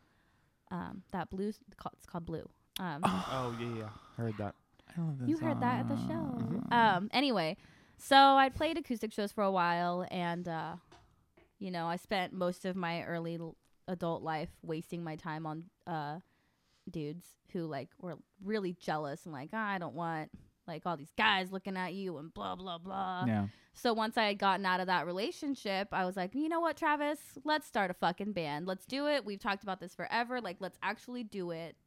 Um, that blue, s- ca- it's called Blue. Um,
Oh yeah, yeah. Heard that.
I love this
you heard that at the
song.
show. Um, anyway, so I played acoustic shows for a while, and uh, you know, I spent most of my early l- adult life wasting my time on uh, dudes who like were really jealous and like, "Ah, I don't want like all these guys looking at you and blah blah blah.
Yeah,
So once I had gotten out of that relationship, I was like, you know what, Travis? Let's start a fucking band. Let's do it. We've talked about this forever. Like, let's actually do it.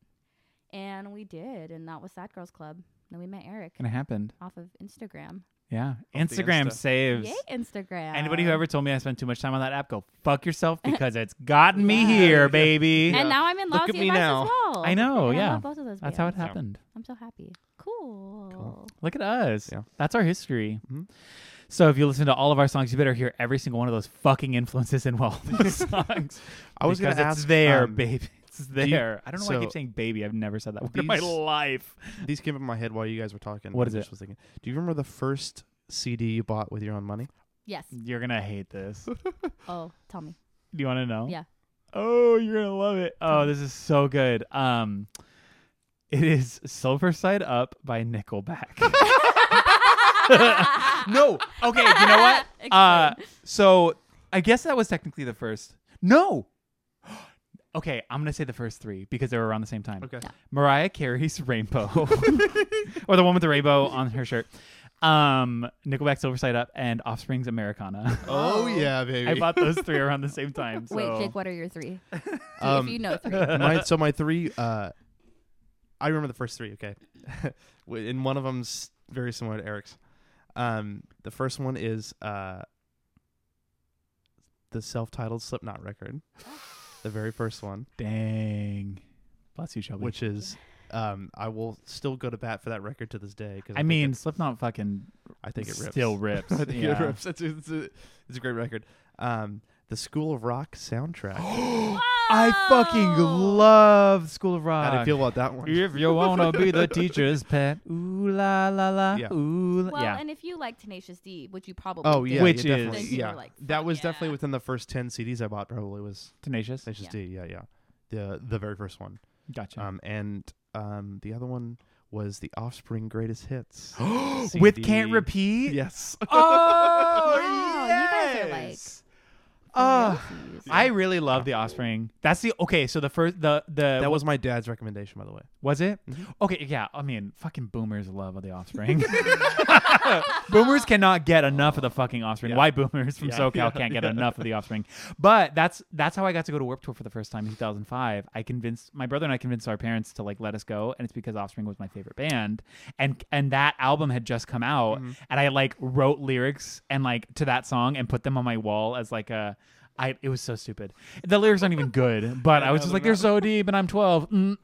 And we did. And that was Sad Girls Club. Then we met Eric
and it happened.
off of Instagram.
Yeah,
Off the
Instagram
Insta.
saves.
Yay, Instagram.
Anybody who ever told me I spent too much time on that app, go fuck
(laughs)
yourself because it's gotten me
Yeah.
here, baby.
And now I'm in
Look
Lousy
at me
Advice
now.
as well.
I know,
And I
yeah.
love both of those
That's how it
bands.
Yeah.
happened.
I'm so happy. Cool.
Cool.
Look at us.
Yeah.
That's our history.
Mhm.
So if you listen to all of our songs, you better hear every single one of those fucking influences in all
(laughs)
those songs.
I was
because
gonna
it's
ask
there,
um,
baby. It's there.
you-
I don't know why I keep
so-
saying baby. I've never said that word in my
These-
life.
These came up in my head while you guys were talking.
What
I
is
just
it?
Was thinking. Do you remember the first CD you bought with your own money?
Yes.
You're gonna hate
(laughs)
this. Do
Oh,
(laughs)
tell me.
you want to know?
Yeah.
Oh, you're gonna love it. Oh, this is so good. Um, it is Silver Side Up by
(laughs)
Nickelback. no. Okay, you know what? (laughs) Uh, so I guess that was technically the first. No. (gasps) Okay, I'm gonna say the first three because they were around the same time.
Okay.
Mariah Carey's (laughs) Rainbow, or the one with the rainbow on her shirt. Um, Nickelback, Silver Side Up, and Offspring's Americana.
(laughs)
(laughs)
Oh yeah, baby.
I bought those three around the (laughs) same time. So.
Wait, Jake, what are your three? See
Um,
if you know
(laughs)
three.
(laughs)
my so my three uh I remember the first three, okay. (laughs) Wi- and one of them's very similar to Eric's. Um the first one is uh the self-titled Slipknot record. The very first one,
Dang. Bless you, Shelby.
which is um I will still go to bat for that record to this day cuz
I mean, Slipknot fucking
I think it rips.
still (laughs)
(laughs)
rips.
I think
yeah.
it rips. It's, it's, a, it's a great record. Um the School of Rock soundtrack.
(gasps) I fucking
Whoa.
love School of Rock.
How do you feel about that one?
If you wanna be the teacher's pet, ooh la la la.
Yeah.
Ooh. la-
Well,
yeah.
and if you like Tenacious D, which you probably
Oh
did,
yeah,
Which
yeah,
is-
definitely,
Then you
were
yeah.
like,
that
fuck
was
yeah.
definitely within the first ten CDs I bought. Probably was
Tenacious.
Tenacious
Yeah.
D. Yeah, yeah, the the very first one.
Gotcha.
Um, and um, the other one was the Offspring Greatest Hits
(gasps) With can't
CD.
repeat.
Yes.
Oh
(laughs) Wow, you guys are, like,
yes.
For
Uh,
real, serious.
I really love the Offspring. That's the okay. So the first the the
That was my dad's recommendation, by the way.
was it?
Mhm.
Okay, yeah. I mean, fucking boomers love the
(laughs)
Offspring. (laughs) boomers cannot get enough of the fucking Offspring.
Yeah.
Why boomers from
Yeah,
SoCal
yeah,
can't get
yeah.
enough of the Offspring? But that's that's how I got to go to Warp Tour for the first time in 2005. I convinced my brother and I convinced our parents to like let us go, and it's because Offspring was my favorite band, and and that album had just come out,
Mm-hmm.
and I like wrote lyrics and like to that song and put them on my wall as like a. I, it was so stupid. The lyrics aren't even good, but I was
know
just
them
like, "They're
now.
so deep," and I'm 12. Mm.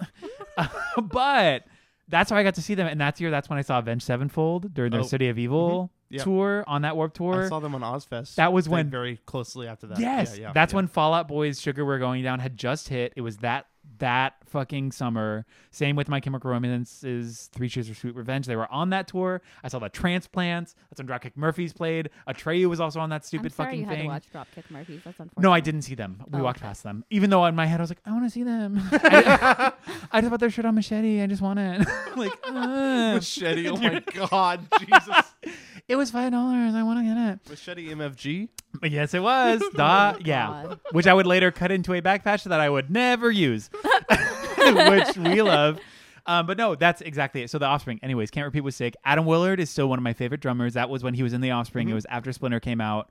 (laughs) but that's how I got to see them, and that year that's when I saw Avenged Sevenfold during their
Oh.
City of Evil
Yeah.
tour on that Warp
I
tour.
saw them on Ozfest.
That was
like,
when-
very closely after that.
Yes,
Yeah, yeah,
that's
yeah. (laughs)
when Fall Out Boy's "Sugar We're Going Down" had just hit. It was that that fucking summer. Same with My Chemical Romance's Three Cheers for Sweet Revenge. They were on that tour. I saw the Transplants. That's when Dropkick Murphys played. Atreyu was also on that
I'm
stupid
sorry
fucking
you had
thing.
to watch Dropkick Murphys. That's unfortunate.
No, I didn't see them. We
Oh,
walked
okay.
past them, even though in my head I was like, I want to see
(laughs)
them. I, I just bought their shirt on Machete. I just want it. (laughs) like, uh. ugh. (laughs)
Machete. Oh my God, Jesus!
it was five dollars. I want to get it.
Machete MFG.
But (laughs) yes, it was. Duh. uh, yeah,
Oh God.
which I would later cut into a back patch that I would never
(laughs)
use, (laughs) which we love. Um, but no, that's exactly it. So the Offspring, anyways, can't repeat was sick. Adam Willard is still one of my favorite drummers. That was when he was in the Offspring. It was after Splinter came out.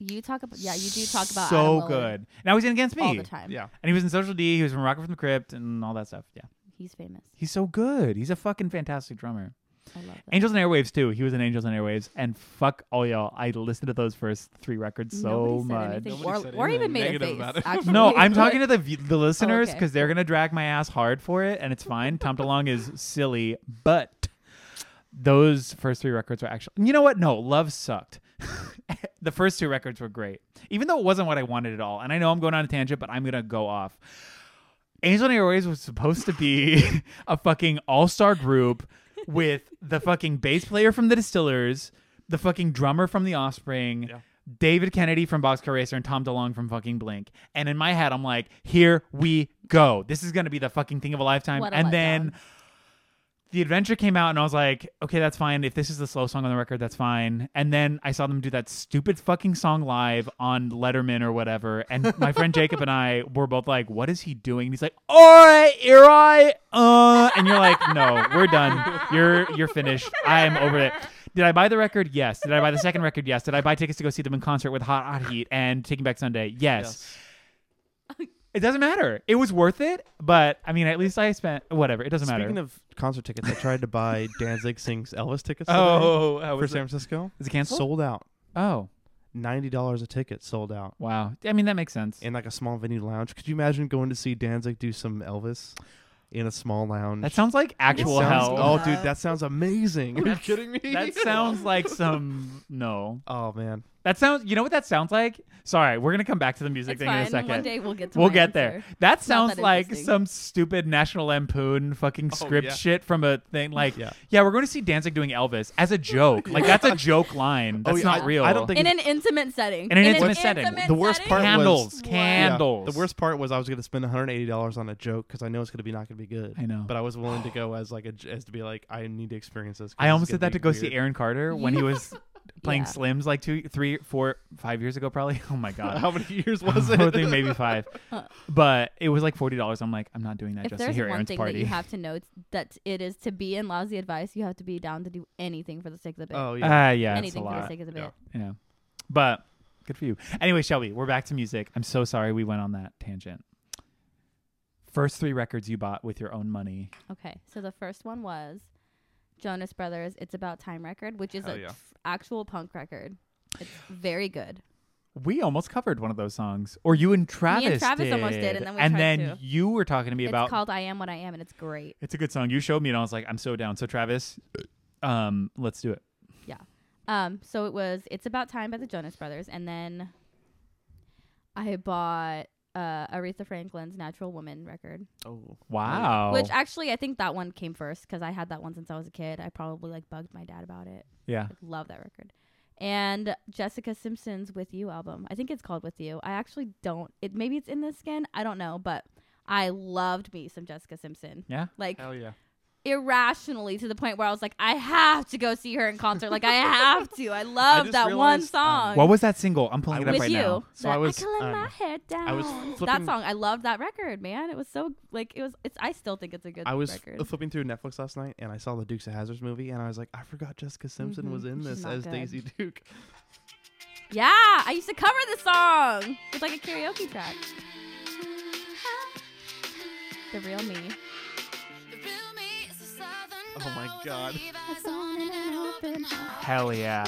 You talk about yeah, you do talk about
so
Adam Willard
good. Now he's in Against Me
all the time.
Yeah,
And he was in Social D. He was from Rocker from the Crypt and all that stuff. Yeah.
he's famous.
He's so good. He's a fucking fantastic drummer.
I love that.
Angels and Airwaves, too. He was in Angels and Airwaves. And fuck all y'all. I listened to those first three records so
Nobody said
much.
anything
Nobody
or,
said
or even
anything
made a
negative
face.
about it.
actually.
No, I'm
(laughs)
talking to the v- the listeners
okay.
because they're gonna drag my ass hard for it, and it's fine. Tom DeLonge is silly, but those first three records were actually. You know what? No, Love sucked. (laughs) the first two records were great, even though it wasn't what I wanted at all. And I know I'm going on a tangent, but I'm gonna go off. Angel and Airways was supposed to be (laughs) a fucking all star group with the fucking bass player from the Distillers, the fucking drummer from The Offspring,
Yeah.
David Kennedy from Boxcar Racer, and Tom DeLonge from fucking Blink. And in my head, I'm like, here we go. This is going to be the fucking thing of a lifetime.
What a
and then
letdown.
the adventure came out, and I was like, okay, that's fine. If this is the slow song on the record, that's fine. And then I saw them do that stupid fucking song live on Letterman or whatever.
(laughs)
And my friend Jacob and I were both like, what is he doing? And he's like, all right, you're right. Uh, and you're like, no, we're done. You're you're finished. I'm over it. Did I buy the record? Yes. Did I buy the second record? Yes. Did I buy tickets to go see them in concert with Hot Hot Heat and Taking Back Sunday? yes. It doesn't matter. It was worth it, but I mean, at least I spent whatever. It doesn't
Speaking
matter.
of concert tickets, I tried to buy Danzig sings Elvis tickets today
oh, how
for
was
San
it?
Francisco.
Is it canceled?
Sold out.
oh,
Ninety dollars a ticket. Sold out.
wow. I mean, that makes sense.
In like a small venue lounge. Could you imagine going to see Danzig do some Elvis in a small lounge?
That sounds like actual
Sounds-
hell.
(laughs) Oh, dude, that sounds amazing. Are you kidding me?
(laughs) That sounds like some no.
Oh man.
That sounds. You know what that sounds like? Sorry, we're gonna come back to the music
It's
thing
fine.
in a second.
One day we'll get to
we'll
my
get there.
answer.
That
not
sounds
that
like
interesting.
some stupid National Lampoon fucking
Oh,
script
yeah.
shit from a thing. Like, yeah.
Yeah.
we're going to see Danzig doing Elvis as a joke. Like, that's
(laughs)
a joke line.
Oh,
That's
yeah,
not
I-
real.
I don't think-
in an intimate setting.
In an intimate setting.
intimate
The worst
setting?
part was-
candles,
What?
candles.
Yeah, the worst part was I was going to spend 180 dollars on a joke because I know it's going to be not going to be good.
I know.
but I was willing to go as like a j as to be like I need to experience this. 'cause
I
it's
almost did
gonna
that to
be
go see
weird.
Aaron Carter when he was playing
(laughs) Yeah.
Slims like two, three, four, five years ago, probably. (laughs) Oh my god.
(laughs)
Oh,
How many
(laughs)
years was
I
it?
would think maybe
(laughs)
five, but it was like forty dollars. I'm like, I'm not doing that
If
just to
there's
hear
one
Aaron's
thing that
party.
you have to know, it's that it is to be in lousy advice. You have to be down to do anything for the sake of the
(laughs)
bit.
oh yeah.
(laughs) Ah, yeah, it's a
anything for the
lot.
sake of the bit.
Yeah.
Yeah. But good for you. Anyway, Shelby, we're back to music. I'm so sorry we went on that tangent. First three records you bought with your own money.
Okay, so the first one was Jonas Brothers. It's about time record, which is
Hell
an
yeah.
actual punk record. It's very good.
We almost covered one of those songs, or you and Travis.
Travis almost did, and then we
and
tried
then
to.
you were talking to me
It's
about.
called I Am What I Am, and it's great.
it's a good song. You showed me, and I was like, I'm so down. So Travis, um, let's do it.
Um, so it was It's About Time by the Jonas Brothers, and then I bought uh, Aretha Franklin's Natural Woman record.
Oh,
Wow.
Which actually, I think that one came first because I had that one since I was a kid. I probably like bugged my dad about it.
yeah.
Like, love that record. And Jessica Simpson's With You album. I think it's called With You. I actually don't. It maybe it's in the skin. I don't know, but I loved me some Jessica Simpson.
Yeah?
Like
Hell yeah.
irrationally to the point where I was like, I have to go see her in concert. like I have to.
(laughs)
I love
just
that one
realized, um,
song.
What was that single? I'm pulling it up
with
right
you,
now.
So I
The-
was,
colour
um,
my hair down.
I was
that
flipping-
song. I loved that record, man. It was so like it was. It's. I still think it's a good.
I was
record.
flipping through Netflix last night and I saw the Dukes of Hazzards movie and I was like, I forgot Jessica Simpson
Mhm.
was in
She's
this
not
as
good.
Daisy
(laughs)
Duke.
Yeah, I used to cover the song. It's like a karaoke track. The real me.
Oh my God.
Hell yeah.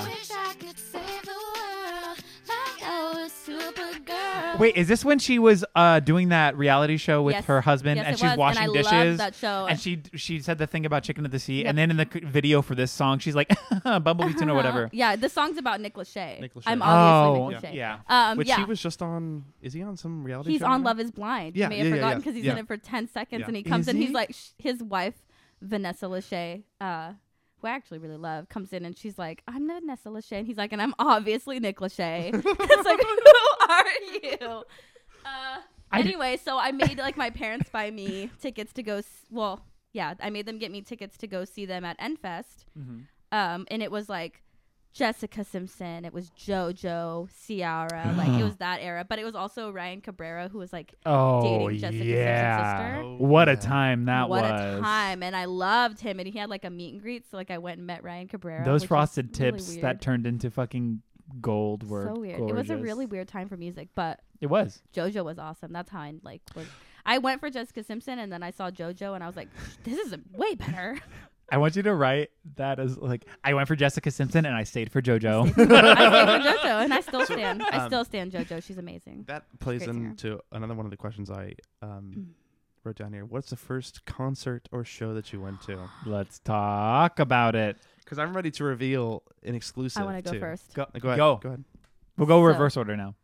Wait.
Wait, is this when she was uh, doing that reality show with
Yes.
her husband
yes,
and
it
she's
was,
washing
and I
dishes?
Loved that show.
and she she said the thing about chicken of the sea,
Yep.
and then in the c- video for this song, she's like (laughs) bumblebee tuna,
(laughs)
whatever.
Yeah, the song's about Nick Lachey.
Nick Lachey.
I'm obviously
Oh,
Nick Lachey.
yeah.
Um,
Which
yeah.
he was just on. Is he on some reality
he's
show?
on
right
Love Is Blind.
Yeah,
you may have
yeah, yeah,
forgotten
yeah,
because he's in
yeah.
it for ten seconds,
Yeah.
and he comes
Is
in.
he?
He's like sh- his wife, Vanessa Lachey, uh, who I actually really love, comes in and she's like, "I'm Vanessa Lachey," and he's like, "And I'm obviously Nick
(laughs)
Lachey." (laughs) it's like, who are you? Uh,
I d-
anyway, so I made like my parents buy me tickets to go. S- well, yeah, I made them get me tickets to go see them at Enfest
Mm-hmm.
um, and it was like Jessica Simpson, it was JoJo,
(gasps)
Ciara, like it was that era, but it was also Ryan Cabrera who was like,
Oh
Dating Jessica
yeah,
Simpson's
sister.
what a
Yeah.
time that
what
was!
a time, and I loved him, and he had like a meet and greet, so like I went and met Ryan Cabrera.
Those
which was
frosted
really
tips
weird.
that turned into fucking gold were
so weird. It was a
gorgeous.
really weird time for music, but
It was.
JoJo was awesome. That's how I like. Was, I went for Jessica Simpson, and then I saw JoJo, and I was like, this is way better. (laughs)
I want you to write that as like I went for Jessica Simpson and I stayed for (laughs) JoJo.
I stayed for JoJo, and I still stand. I
um,
still stand JoJo. She's amazing.
That plays
great singer.
into another one of the questions I
Mm.
um, wrote down here. What's the first concert or show that you went
(gasps)
to?
Let's talk about it.
Because I'm ready to reveal an exclusive.
I want to go
too.
first.
Go.
Go ahead.
Go.
Go ahead.
We'll go
So-
reverse order
(laughs)
now.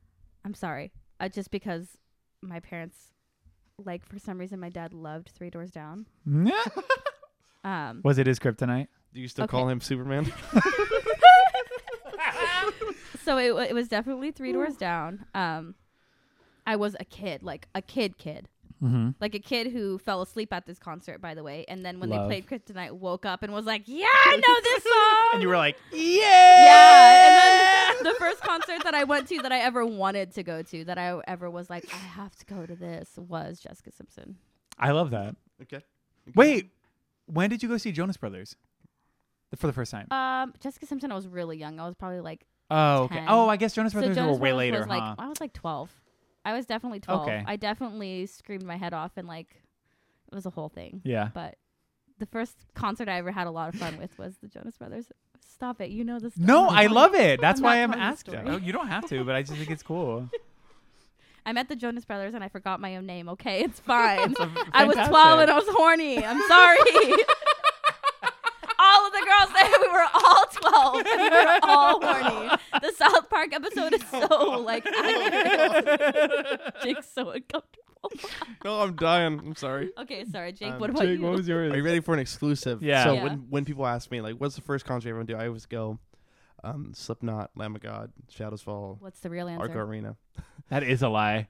I'm sorry. Uh, just because my parents, like, for some reason, my dad loved Three Doors Down. Um,
was it his kryptonite?
Do you still
Okay.
call him Superman? (laughs)
so it, wa- it was definitely Three Doors Down. Um, I was a kid, like a kid, kid,
Mm-hmm.
like a kid who fell asleep at this concert, by the way. And then when
Love.
they played Kryptonite, woke up and was like, "Yeah, I (laughs) know this song."
And you were like,
yeah. And then the first concert that I went to that I ever wanted to go to, that I ever was like, I have to go to this, was Jessica Simpson.
I love that.
okay.
Wait, when did you go see Jonas Brothers? The- For the first time.
Um, Jessica Simpson, I was really young. I was probably like,
oh, okay.
10.
Oh, I guess Jonas
so
Brothers
Jonas
were way
Brothers
later,
was
huh?
like, I was like 12. I was definitely 12.
Okay.
I definitely screamed my head off and like, it was a whole thing.
yeah.
But the first concert I ever had a lot of fun with was the Jonas Brothers. Stop it. You know this.
No, I love it. That's
I'm
why
not
I'm
telling the
asking.
story.
No, you don't have to, but I just think it's
(laughs)
cool.
I met the Jonas Brothers and I forgot my own name. Okay,
(laughs)
it's fine. I was
Fantastic.
12 and I was horny. I'm sorry.
(laughs)
all of the girls there, we were all 12 and we were all horny. The South Park episode is so
(laughs)
like accurate. Jake's so uncomfortable.
No, I'm dying. I'm sorry.
Okay, sorry, Jake.
Um,
what about you?
Are you ready for an exclusive?
Yeah.
So
Yeah.
when when people ask me like, what's the first concert you ever do? I always go, um, Slipknot, Lamb of God, Shadows Fall,
What's the real
Arco (laughs)
answer?
(laughs)
Arena.
That is a
(laughs)
lie.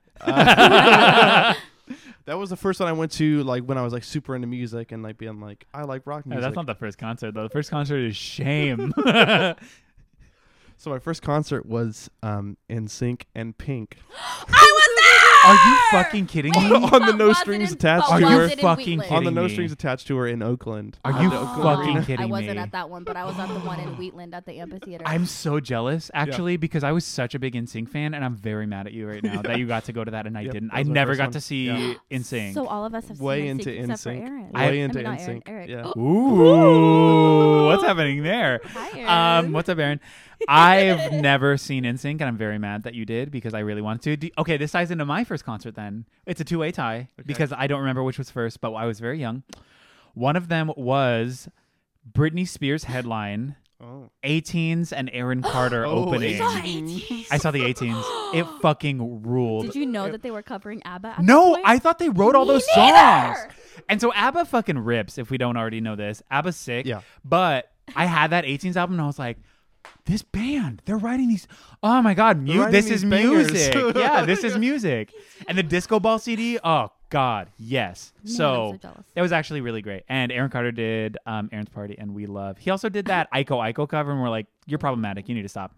(laughs)
Uh, that was the first one I went to like when I was like super into music and like being like, I like rock
No,
music.
that's not the first concert though. The first concert is
(laughs)
shame. (laughs)
so my first concert was um In Sync and Pink.
Are you
(laughs)
fucking kidding
Wait,
me?
On the
but
No
was it
Strings
in-
Attached
but
tour?
was
You're
it in
fucking
Wheatland?
kidding
on the No
me.
Strings Attached tour in Oakland.
Are you
At the
Oh.
Oakland
fucking
Arena.
kidding
I wasn't
me?
at that one, but I was at the one in Wheatland at the amphitheater.
I'm so jealous, actually, because I was such a big NSYNC fan, and I'm very mad at you right now that you got to go to that and I
Yep,
didn't.
that
I
was my
never
first
got
one.
to see
Yeah.
NSYNC.
So all of us have
Way
seen
into
NSYNC except for Aaron.
NSYNC.
I-
Way into
I mean, not
NSYNC.
Aaron, Eric. Oh,
Yeah.
Ooh, what's happening there?
Hi, Aaron.
Um, what's up, Aaron? I've never seen NSYNC, and I'm very mad that you did because I really wanted to. Do, okay, this ties into my first concert. Then it's a two-way tie because I don't remember which was first, but I was very young. One of them was Britney Spears headline
Oh.
18s and Aaron Carter
Oh,
opening.
saw
(laughs)
(laughs)
I saw the 18s. It fucking ruled.
Did you know that they were covering ABBA? At
No,
that point?
I thought they wrote all
Me
those
neither!
songs. And so ABBA fucking rips if we don't already know this. ABBA's sick.
Yeah.
But I had that 18s album and I was like, this band, they're writing these. Oh my God, mu-
writing
this
these
is
bangers.
music. yeah, this
(laughs)
is music. And the Disco Ball CD, oh God, yes.
Man, I'm
so
jealous.
that was actually really great. And Aaron Carter did um, Aaron's Party and We Love. He also did
(laughs)
that Ico Ico cover and we're like, you're problematic. You need to stop.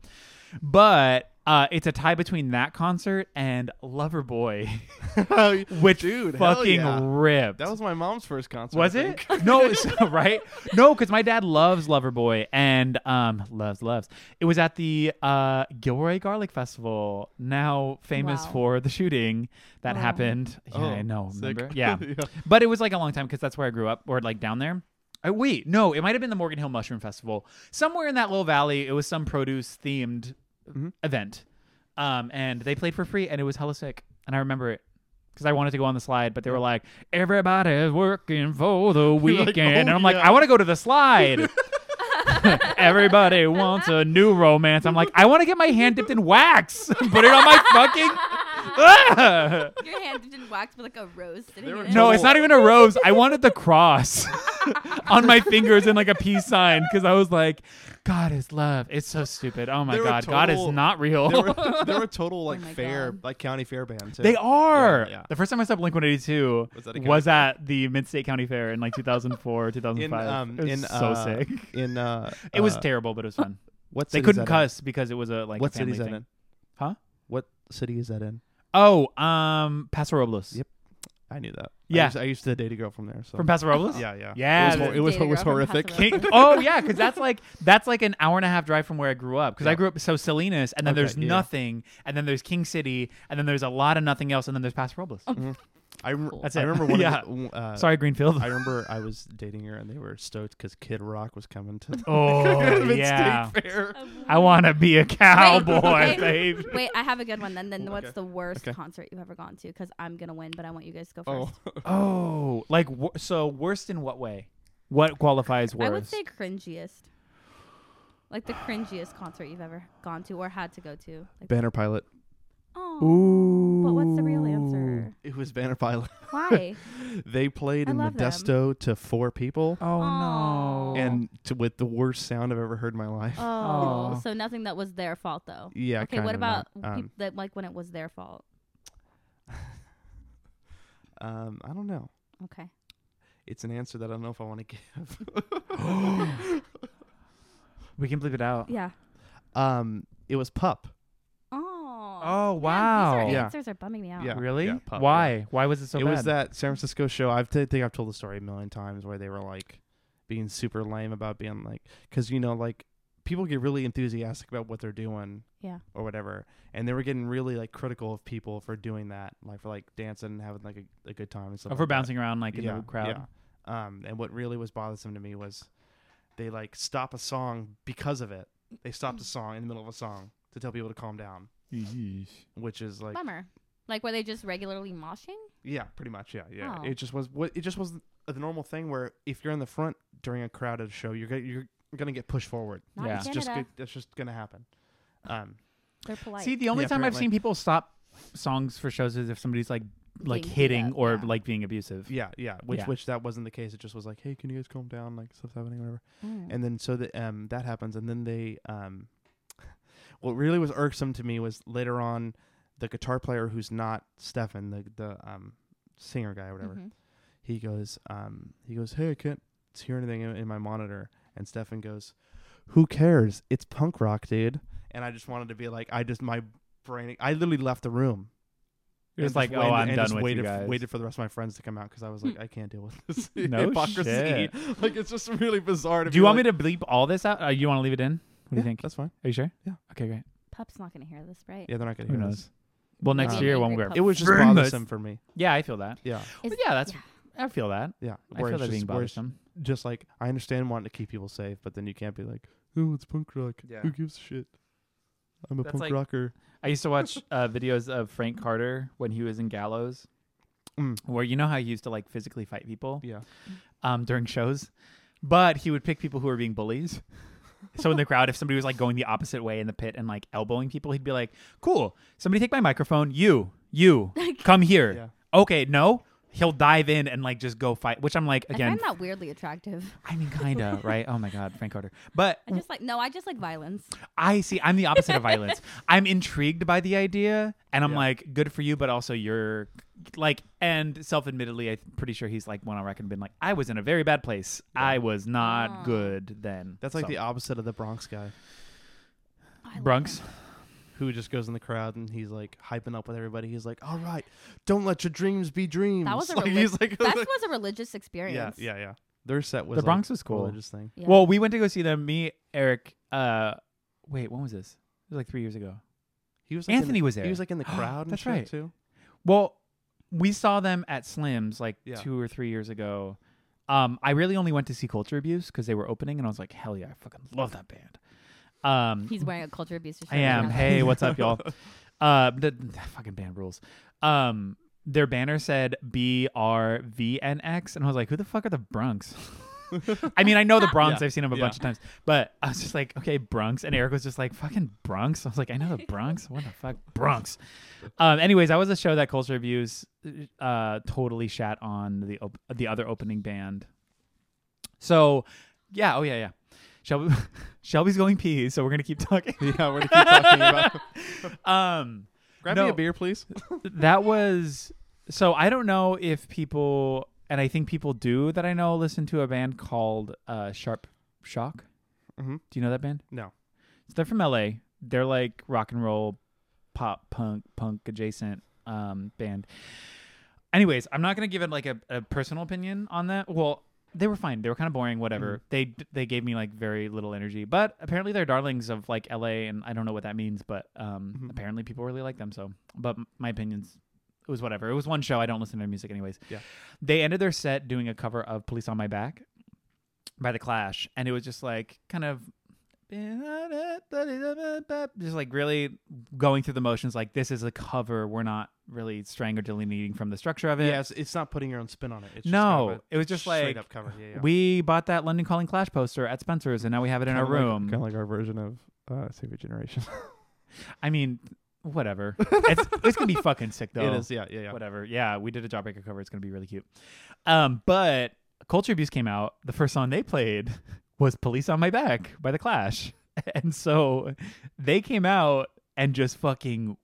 But uh, it's a tie between that concert and Lover Boy. (laughs) which
Dude, hell
fucking
yeah.
ripped.
That was my mom's first concert. I
was it?
think.
no,
(laughs)
so- (laughs) right? No, because my dad loves Loverboy and um loves loves. It was at the uh Gilroy Garlic Festival, now famous
Wow.
for the shooting that
Wow.
happened. Yeah,
Oh,
I know.
sick. (laughs)
Remember? Yeah, but it was like a long time because that's where I grew up, or like down there. Uh, wait, no, it might have been the Morgan Hill Mushroom Festival. Somewhere in that little valley, it was some produce themed
Mhm.
event, um, and they played for free, and it was hella sick. And I remember it because I wanted to go on the slide, but they were like, "Everybody's working for
(laughs)
the
like,
weekend," and
"Oh,
I'm like,
yeah."
"I want to go to the
(laughs)
slide." (laughs) Everybody wants a new romance. I'm like, I want to get my hand dipped in wax, put it on my fucking. Ah!
(laughs) Your hand didn't wax, but like a rose sitting
There
in
were
it.
(laughs) No,
No.
it's not even a rose. I wanted the cross (laughs) on my fingers and like a peace sign because I was like, God is love. It's so stupid. Oh my
They're a
God. God
total-
is not real.
They
(laughs)
were, they were a total like
Oh my
fair,
God.
like county fair band. Too.
They are.
Yeah, yeah.
The first time I saw Blink 182
Was
was,
that a
at,
county
the Mid State County Fair (laughs) in like 2004, 2005.
in um
it was
in
so
uh,
sick.
in uh
(laughs) It was
uh,
terrible, but it was (laughs) fun.
what
They
city is
couldn't
that in?
cuss because it was a like. a
what
family
city is that
thing.
in?
Huh?
What city is that in?
Oh, um, Paso Robles.
Yep. I knew that. I
Yeah.
used, I used to date a girl from there. So
From Paso Robles.
yeah, yeah,
(laughs) Yeah,
It was, hor-
the-
it was,
Dated
it was
girl from
horrific.
Pasadena.
Can- oh yeah, because that's like that's like an hour and a half drive from where I grew up. Because
Yeah.
I grew up so Salinas, and then
Okay,
there's
yeah.
nothing, and then there's King City, and then there's a lot of nothing else, and then there's Paso Robles.
I, rem-
That's
I
it.
remember one.
Yeah.
Of the, uh,
Sorry, Greenfield.
I remember I was dating her and they were stoked because Kid Rock was
(laughs)
coming to the
(laughs) oh
Mid-State
yeah,
Fair.
I want to be a cowboy, (laughs)
okay.
babe.
Um, Wait, I have a good one. Then, then what's the worst
Okay.
concert you've ever gone to? Because I'm gonna win, but I want you guys to go
Oh,
first.
Oh, like wor- so worst in what way? What qualifies worst?
I would say cringiest, like the cringiest concert you've ever gone to or had to go to. Like,
Banner Pilot.
oh,
Ooh.
but what's the real answer?
It was Banner Pilot. (laughs)
Why?
They played
I
in
love them.
Modesto to four people,
Oh no.
Aw.
and to, with the worst sound I've ever heard in my life. (laughs)
Oh,
Oh.
so nothing that was their fault though.
yeah.
okay, what
kinda
about
not.
peop-
Um,
that like when it was their fault?
um, I don't know.
Okay.
It's an answer that I don't know if I (laughs) want to give.
(gasps) we can bleep it out.
Yeah.
um, it was Pup.
Oh.
Oh
Man,
wow.
these are
Yeah.
answers are bumming me out.
Yeah.
Really?
Yeah, Pup,
Why?
yeah.
Why was it so
it
bad?
was that San Francisco show. I t- think I've told the story a million times where they were like being super lame about being like, because you know, like people get really enthusiastic about what they're doing,
Yeah.
or whatever, and they were getting really like critical of people for doing that, like for like dancing and having like a, a good time and stuff.
Oh, for
like that.
bouncing around like in the crowd.
Yeah. Um, and what really was bothersome to me was they like stop a song because of it. They stopped a song in the middle of a song to tell people to calm down, which is like,
Bummer. Like were they just regularly moshing?
yeah, pretty much, yeah, yeah.
Oh.
It just was what it just was the normal thing where if you're in the front during a crowded show, you're gonna, you're gonna get pushed forward.
Not
Yeah.
in
It's
Canada.
just good, that's just gonna happen. Um,
They're polite.
See, the only
Yeah,
time I've
apparently.
seen people stop songs for shows is if somebody's like like
Being beat
hitting
up,
or
yeah.
like being abusive.
yeah, yeah. Which
Yeah.
which that wasn't the case. It just was like, hey, can you guys calm down? Like stuff's happening, whatever.
Mm.
and then so that um that happens and then they um (laughs) what really was irksome to me was later on the guitar player who's not Stefan the the um singer guy or whatever
Mhm.
he goes um he goes hey I can't hear anything in, in my monitor and Stefan goes who cares it's punk rock dude and I just wanted to be like I just my brain I literally left the room
It was
and
like,
just
oh,
waited-
I'm
and
done
just
with
waited,
you guys.
Waited for the rest of my friends to come out because I was like, I can't deal with this
No
(laughs) hypocrisy.
shit.
(laughs) Like it's just really bizarre. To
do you want me to bleep all this out? Uh, you want to leave it in? What
(laughs)
do you think?
That's fine.
Are you sure?
Yeah.
Okay, great.
Pup's not gonna hear this, right?
Yeah, they're not gonna
Who
hear
knows?
this.
Well, next
Um,
year when
Angry
we're
Pup.
It was just
Very much.
bothersome for me.
yeah, I feel that.
Yeah,
Is-
But yeah, that's
yeah.
I feel that.
yeah.
I feel
it's
that being
where it's
bothersome.
just like I understand wanting to keep people safe, but then you can't be like, oh, it's punk rock.
Yeah.
Who gives a shit? I'm a
That's
punk
like-
rocker.
I used to watch uh, videos of Frank Carter when he was in Gallows,
Mm.
where you know how he used to like physically fight people
Yeah.
um, during shows, but he would pick people who were being bullies. So in the crowd, if somebody was like going the opposite way in the pit and like elbowing people, he'd be like, "Cool, somebody take my microphone. You,
(laughs)
you, come here. Okay, no." He'll dive in and like just go fight, which I'm like
I
again.
find that weirdly attractive.
I mean, kind
(laughs)
of right. Oh my god, Frank Carter. But
Mm.
I just like no, I just like violence.
I see. I'm the opposite of violence. I'm intrigued by the idea, and I'm
Yeah.
like, good for you, but also you're like, and self admittedly, I'm pretty sure he's like went on record and been like, I was in a very bad place. I was not
Aw.
good then.
That's like
So-
the opposite of the Bronx guy
I love
Bronx.
him.
who just goes in the crowd and he's like hyping up with everybody. He's like, "All right, don't let your dreams be dreams."
That was
(laughs)
a
like,
relig-
he's like,
That was a religious
yeah,
experience.
yeah, yeah. Their set was
The
like,
Bronx was cool.
Religious thing.
Yeah.
Well, we went to go see them. Me, Eric. Uh, wait, when was this? It was like three years ago.
He was like in
Anthony
the-
was there.
He
(gasps)
was like in the crowd. and
That's
shit,
right.
Too.
Well, we saw them at Slim's like
Yeah.
two or three years ago. Um, I really only went to see Culture Abuse because they were opening, and I was like, hell yeah, I fucking love that band. Um,
he's wearing a culture abuse. shirt
I
right
am.
now. (laughs)
Hey, what's up, y'all? Uh, the, the fucking band rules. Um, their banner said B R V N X, and I was like, who the fuck are the Bronx? I mean, I know the Bronx.
Yeah.
I've seen them a
Yeah.
bunch of times, but I was just like, okay, Bronx. And Eric was just like, fucking Bronx. I was like, I know the Bronx. What the fuck, Bronx? Um, anyways, I was a show that Culture Reviews uh, totally shat on the op- the other opening band. So, yeah, oh yeah, yeah. Shelby, (laughs) Shelby's going pee, so we're gonna keep talking.
Yeah, we're gonna keep talking
(laughs)
about.
Um,
Grab me
No.
a
(laughs)
beer, please.
that was so I don't know if people and I think people do that I know listen to a band called uh, Sharp Shock.
Mhm.
Do you know that band?
No.
So they're from LA. They're like rock and roll, pop punk, punk adjacent um, band. Anyways, I'm not gonna give it like a, a personal opinion on that. Well, they were fine. They were kind of boring. Whatever. They they gave me like very little energy. But apparently they're darlings of like LA, and I don't know what that means. But um,
Mhm.
apparently people really like them. So, but m- my opinions. It was whatever. It was one show. I don't listen to their music anyways.
Yeah.
They ended their set doing a cover of "Police on My Back" by the Clash, and it was just like kind of just like really going through the motions like this is a cover we're not really straying or delineating from the structure of it
Yeah, it's, it's not putting your own spin on it. It's just
No,
kind of a
it was just
straight
like,
up cover. Yeah, yeah.
we bought that london calling clash poster at spencer's and now we have it in our room
kind of like our version of uh, Save Your Generation.
i mean whatever it's, it's gonna be fucking sick though
(laughs) It is, yeah, yeah, yeah.
whatever yeah we did a jawbreaker cover it's gonna be really cute um but culture abuse came out the first song they played was police on my back by the clash (laughs) and so they came out and just fucking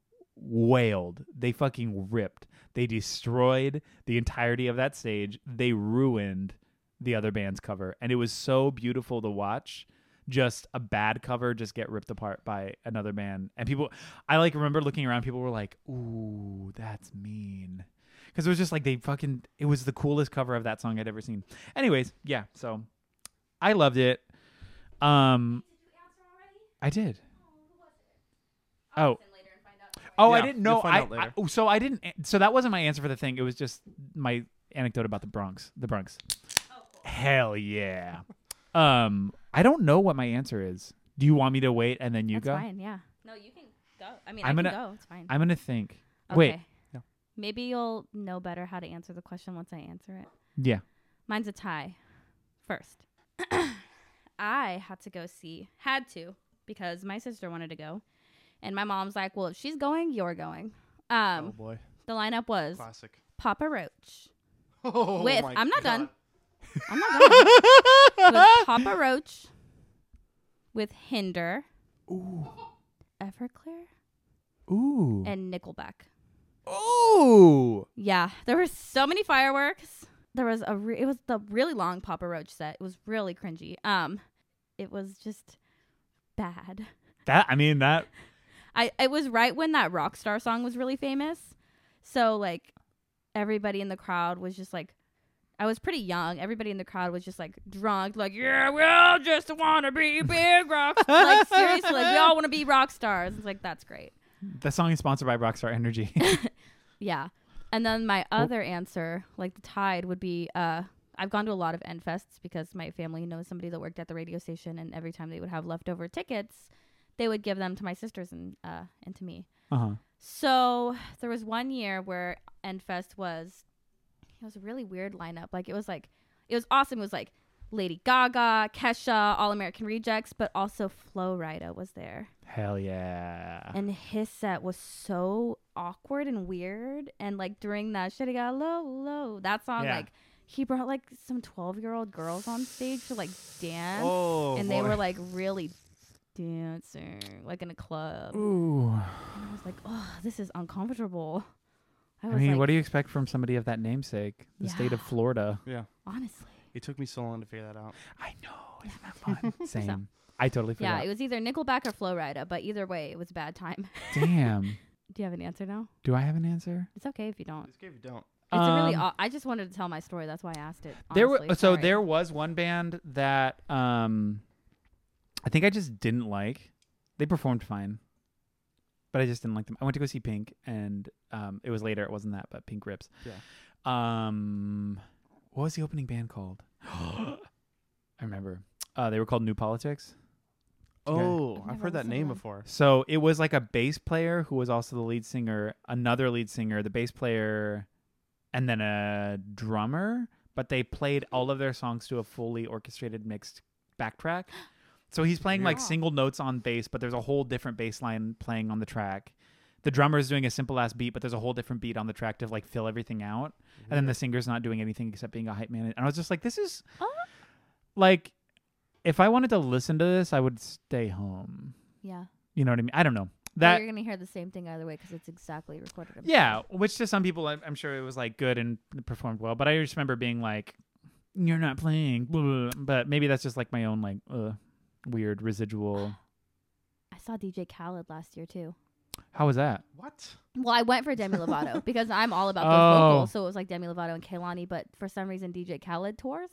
wailed. They fucking ripped. They destroyed the entirety of that stage. They ruined the other band's cover. And it was so beautiful to watch just a bad cover just get ripped apart by another band. And people, I like remember looking around, people were like, ooh, that's mean. Because it was just like they fucking, it was the coolest cover of that song I'd ever seen. Anyways, yeah, so I loved it. Um, I did. Oh, Oh, I
Yeah,
didn't
you'll
know.
find
I,
out later.
I- oh, so I didn't. So that wasn't my answer for the thing. It was just my anecdote about the Bronx. The Bronx. Hell yeah. Um, I don't know what my answer is. Do you want me to wait and then you
That's
go?
fine. Yeah. No, you can go. I mean,
I'm
I can
gonna-
go. It's fine.
I'm gonna think. Wait.
Okay.
Yeah.
Maybe you'll know better how to answer the question once I answer it.
Yeah.
Mine's a tie. First, (clears throat) I had to go see, had to, because my sister wanted to go. And my mom's like, well, if she's going, you're going. Um,
oh boy,
The lineup was
classic. (laughs)
Papa Roach.
Oh
with,
my
I'm not
God.
done. I'm not done. It
(laughs)
was Papa Roach with Hinder,
Ooh.
Everclear,
Ooh.
and Nickelback.
Ooh.
Oh!
Yeah, there were so many fireworks. There was a re- it was the really long Papa Roach set. It was really cringy. Um, it was just bad.
That. I mean that.
I it was right when that Rockstar song was really famous. So like everybody in the crowd was just like I was pretty young. Everybody in the crowd was just like drunk, like, yeah, we all just wanna be big rock like seriously, like we all wanna be rock stars. It's like that's great.
That song is sponsored by Rockstar Energy. (laughs)
Yeah. And then my other answer, like the tide, would be uh I've gone to a lot of Endfests because my family knows somebody that worked at the radio station and every time they would have leftover tickets, they would give them to my sisters and uh and to me.
uh huh.
So there was one year where Endfest was it was a really weird lineup. Like it was like it was awesome. It was like Lady Gaga, Kesha, All American Rejects, but also Flo Rida was there.
Hell yeah.
And his set was so awkward and weird. And like during that shit, he got low, low. That song,
Yeah.
like he brought like some twelve-year-old girls on stage to like dance,
Oh,
and they
boy.
were like really dancing, like in a club.
Ooh.
And I was like, oh, this is uncomfortable. I
I
was
mean,
like,
what do you expect from somebody of that namesake? The state of
Yeah.
Florida.
yeah.
honestly.
It took me so long to figure that out.
I know. Isn't that
(laughs)
fun? Same. I totally
Yeah,
forgot.
it was either Nickelback or Flo Rida, but either way, it was a bad time. (laughs)
Damn.
do you have an answer now?
Do I have an answer?
It's okay if you don't.
This game you don't.
It's a really.
Um,
aw- I just wanted to tell my story. That's why I asked it.
there were
honestly.
so
Sorry.
there was one band that um I think I just didn't like. They performed fine. But I just didn't like them. I went to go see Pink and um it was later, it wasn't that, but Pink Rips.
Yeah.
Um what was the opening band called? (gasps) I remember. Uh they were called New Politics.
Oh,
I've
I've
never
heard that
listened to
name
them.
before.
So it was like a bass player who was also the lead singer, another lead singer, the bass player, and then a drummer. But they played all of their songs to a fully orchestrated mixed backtrack. So he's playing like
Wow.
single notes on bass, but there's a whole different bass line playing on the track. The drummer is doing a simple ass beat, but there's a whole different beat on the track to like fill everything out. And then the singer's not doing anything except being a hype man. And I was just like, this is
Oh.
like, if I wanted to listen to this, I would stay home.
Yeah.
You know what I mean? I don't know.
That
That
you're gonna hear the same thing either way because it's exactly recorded. in
yeah, which to some people I'm I'm sure it was like good and performed well, but I just remember being like you're not playing. blah, blah, blah." But maybe that's just like my own like uh, weird residual.
I saw DJ Khaled last year too.
How was that?
What?
(laughs)
(laughs)
Well, I went for Demi Lovato because I'm all about those
Oh.
vocals. So it was like Demi Lovato and Kehlani, but for some reason DJ Khaled tours.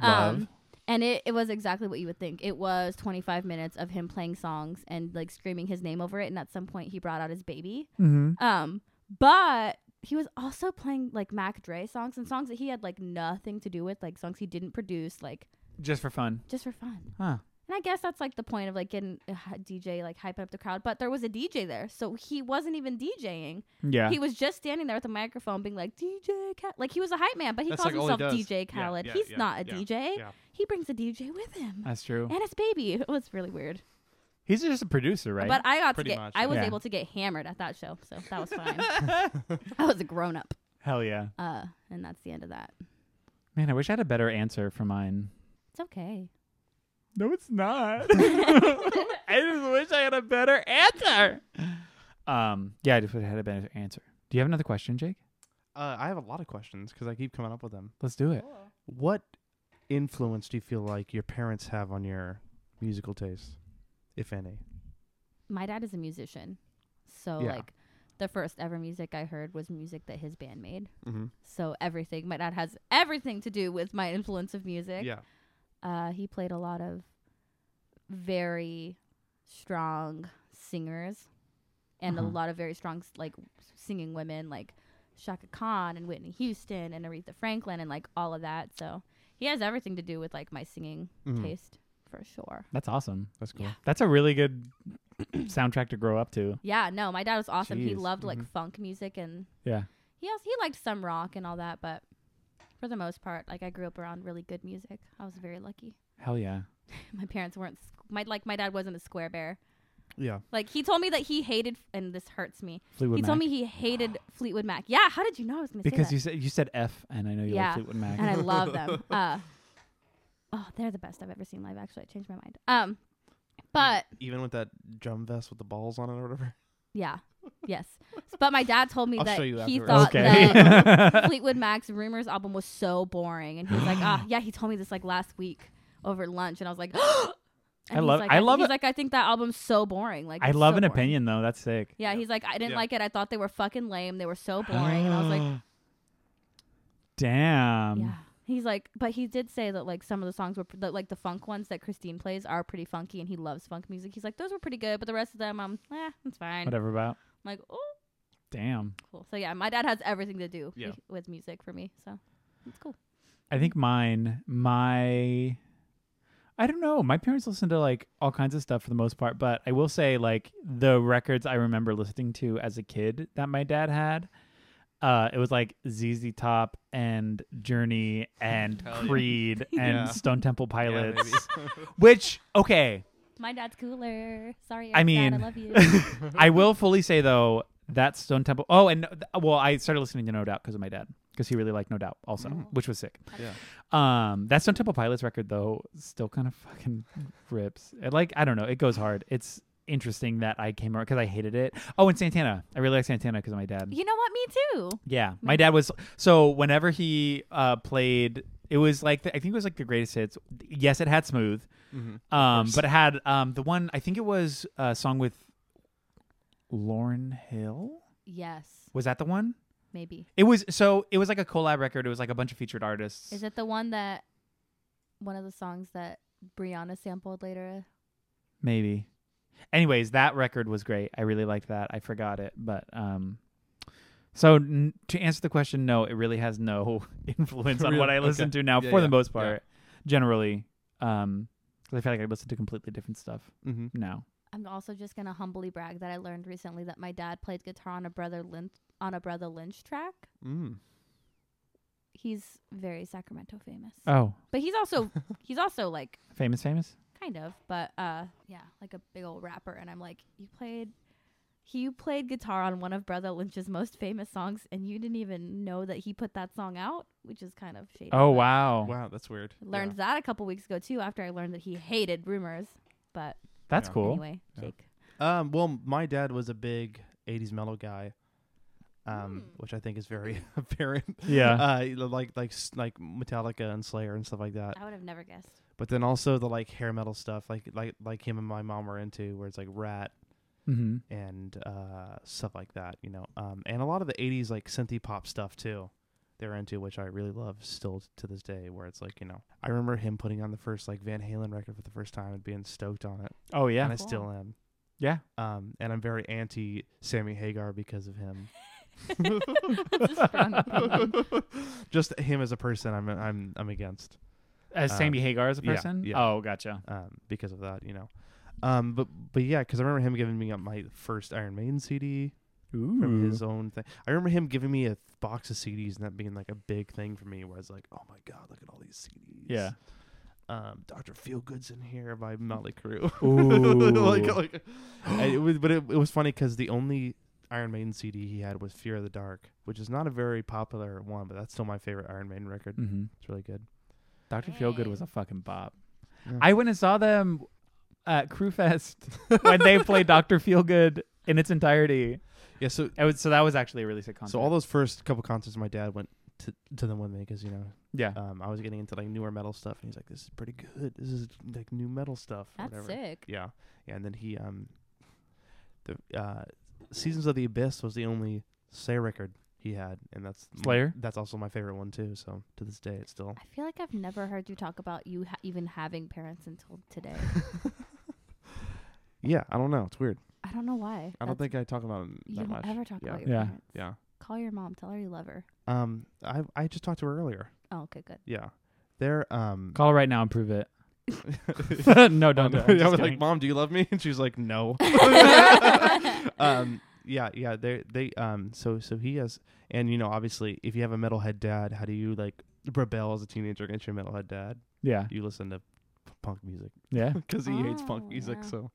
Um, and it, it was exactly what you would think. It was 25 minutes of him playing songs and like screaming his name over it. And at some point, he brought out his baby.
mm-hmm.
Um, but he was also playing like Mac Dre songs and songs that he had like nothing to do with, like songs he didn't produce, like
Just for fun.
just for fun.
Huh.
And I guess that's like the point of like getting uh, a h- DJ like hyping up the crowd. But there was a DJ there, so he wasn't even DJing.
Yeah.
He was just standing there with a microphone, being like DJ Khaled. Like he was a hype man, but he
That's,
calls
like, all he
himself
does.
DJ
Yeah,
Khaled.
yeah,
He's
yeah,
not a
yeah,
DJ.
yeah.
He brings a DJ with him
that's true.
and his baby. (laughs) It was really weird.
He's just a producer, right?
But I got
Pretty
to get.
much,
I was
yeah.
able to get hammered at that show, so that
(laughs)
was fine.
Uh,
I was a grown up.
Hell yeah.
Uh, and that's the end of that.
Man, I wish I had a better answer for mine.
It's okay.
No, it's (laughs) not. I just wish I had a better answer. Um, yeah, I just wish I had a better answer. Do you have another question, Jake?
Uh, I have a lot of questions because I keep coming up with them.
Let's do it.
What influence do you feel like your parents have on your musical taste, if any?
My dad is a musician, so
Yeah.
like the first ever music I heard was music that his band made.
Mm-hmm.
So everything. My dad has everything to do with my influence of music.
Yeah.
Uh, he played a lot of very strong singers and a
Uh-huh.
lot of very strong s- like singing women like Shaka Khan and Whitney Houston and Aretha Franklin and like all of that. So he has everything to do with like my singing
Mhm.
taste for sure.
That's awesome.
That's cool.
That's a really good soundtrack to grow up to.
Yeah, no, my dad was awesome. He
Jeez, mm-hmm.
loved like
mhm.
funk music and
Yeah.
he also he liked some rock and all that, but for the most part, like I grew up around really good music. I was very lucky. (laughs)
Hell yeah.
My parents weren't s- my like my dad wasn't a square bear.
Yeah.
Like he told me that he hated, and this hurts me.
Fleetwood
he
Mac.
told me he hated Fleetwood Mac. Yeah, how did you know I was gonna
because
say
you said you said F, and I know you
Yeah.
like Fleetwood
that?
Mac. (gasps)
and
(laughs)
I love them. Uh, oh, they're the best I've ever seen live. Actually, I changed my mind. Um, but
E-, Even with that drum vest with the balls on it or (laughs) whatever.
yeah, yes. But my dad told me
I'll
that
show you
he
afterwards.
thought
okay. (laughs)
that Fleetwood Mac's Rumors album was so boring, and he was like, "Ah, yeah." He told me this like last week over lunch, and I was like, (gasps) and
I
he's
love-
Like,
I love
He's
it.
like, I think that album's so boring. Like,
I
it's
love
so
an
boring."
opinion though. That's sick.
Yeah,
Yeah.
he's like, I didn't
Yeah.
like it. I thought they were fucking lame. They were so boring, and I was like,
(gasps) damn.
Yeah. He's like, but he did say that like some of the songs were pr- that like the funk ones that Christine plays are pretty funky, and he loves funk music. He's like, those were pretty good, but the rest of them, um, eh, it's fine.
Whatever about.
I'm like, oh,
Damn.
cool. So yeah, my dad has everything to do
Yeah.
wi- with music for me, so it's cool.
I think mine, my, I don't know. My parents listen to like all kinds of stuff for the most part, but I will say like the records I remember listening to as a kid that my dad had uh, it was like ZZ Top and
(laughs)
Journey and
Hell yeah.
Creed and
(laughs) Yeah.
Stone Temple Pilots,
(laughs) maybe.
which okay,
My dad's cooler. Sorry,
I
Eric's dad,
mean-
I
(laughs)
love you.
I will fully say though that Stone Temple. Oh, and th- well, I started listening to No Doubt because of my dad because he really liked No Doubt also,
Mhm.
which was sick.
yeah.
Um, that Stone Temple Pilots record though still kind of fucking rips. It, like I don't know, it goes hard. It's interesting that I came around because I hated it. Oh, and Santana, I really like Santana because of my dad.
you know what? Me too.
Yeah, my dad was so whenever he uh played, it was like the, I think it was like the greatest hits. Yes, it had smooth,
Mhm.
um,
course.
but it had um the one I think it was a song with Lauren Hill.
Yes,
Was that the one?
maybe.
It was so it was like a collab record. It was like a bunch of featured artists.
Is it the one that one of the songs that Brianna sampled later?
Maybe. Anyways, that record was great. I really liked that. I forgot it, but um, so n- to answer the question, no, it really has no (laughs) influence on
Really?
what I listen
Okay.
to now
Yeah,
for the
yeah,
most
yeah.
part. Generally, um, 'cause I feel like I listen to completely different stuff
Mhm.
now.
I'm also just gonna humbly brag that I learned recently that my dad played guitar on a brother Lynch on a brother Lynch track.
Mm.
He's very Sacramento famous,
Oh,
but he's also he's also like
famous, famous.
kind of, but uh, yeah, like a big old rapper. And I'm like, you played. He played guitar on one of Brother Lynch's most famous songs, and you didn't even know that he put that song out, which is kind of shady.
Oh
but-
wow,
Wow, that's weird.
Learned that a couple weeks ago too. After I learned that he hated rumors, but
that's
Yeah.
cool.
anyway,
Yeah.
Jake.
Yeah. Um, well, my dad was a big '80s metal guy, um,
Mm.
which I think is very (laughs) apparent.
Yeah.
Uh, you know, like like s- like Metallica and Slayer and stuff like that.
I would have never (laughs) guessed.
But then also the like hair metal stuff, like like like him and my mom were into, where it's like Rat
mm-hmm.
and uh, stuff like that, you know. Um, and a lot of the '80s like synthy pop stuff too. They're into which I really love still to this day, where it's like you know I remember him putting on the first like Van Halen record for the first time and being stoked on it,
Oh yeah,
and I
Cool.
still am.
yeah.
Um, and I'm very anti Sammy Hagar because of
(laughs)
him.
That's a (laughs) strong opinion.
(laughs) Just him as a person, I'm I'm I'm against.
As
Uh,
Sammy Hagar as a
yeah,
person.
yeah.
Oh, gotcha.
um, because of that, you know. Um, but but yeah, because I remember him giving me up my first Iron Maiden CD from
Mm-hmm.
(laughs) his own thing. I remember him giving me a box of CDs and that being like a big thing for me, where I was like, oh my god, look at all these CDs.
Yeah.
Um, Doctor Feelgood's in here by Motley Crue. (laughs)
Ooh.
like, like, and it was, but it, it was funny because the only Iron Maiden CD he had was Fear of the Dark, which is not a very popular one, but that's still my favorite Iron Maiden record.
Mm-hmm.
It's really good.
Doctor Feelgood was a fucking bop.
Yeah.
I went and saw them at
(laughs)
Crewfest when they played Doctor Feelgood in its entirety.
Yeah. So
It was, so that was actually a really sick concert.
So all those first couple concerts my dad went to to them with me because you know
yeah,
um, I was getting into like newer metal stuff and he's like this is pretty good this is like new metal stuff or
That's
whatever.
sick.
yeah yeah and then he um the uh Seasons of the Abyss was the only Slayer record he had and that's my-
Slayer?
that's also my favorite one too so to this day it's still
I feel like I've never heard you talk about you ha- even having parents until today.
yeah I don't know it's weird
I don't know why.
I don't
That's-
think I talk about it that
you don't
much
ever talk
yeah.
about your
Yeah.
parents.
yeah
Call your mom. Tell her you love her.
um I I just talked to her earlier
Oh, okay, good.
yeah they're um (laughs)
call (laughs) right now and prove it. (laughs) no, don't. do it. I'm
(laughs) I
just
was like,
kidding.
"Mom, do you love me?" (laughs) And she's like, "No." um, yeah, yeah. They, they, um. So, so he has, and you know, obviously, if you have a metalhead dad, how do you like rebel as a teenager against your metalhead dad? (laughs)
yeah,
You listen to p- punk music (laughs)
yeah.
because he hates punk
Oh,
music.
yeah.
So,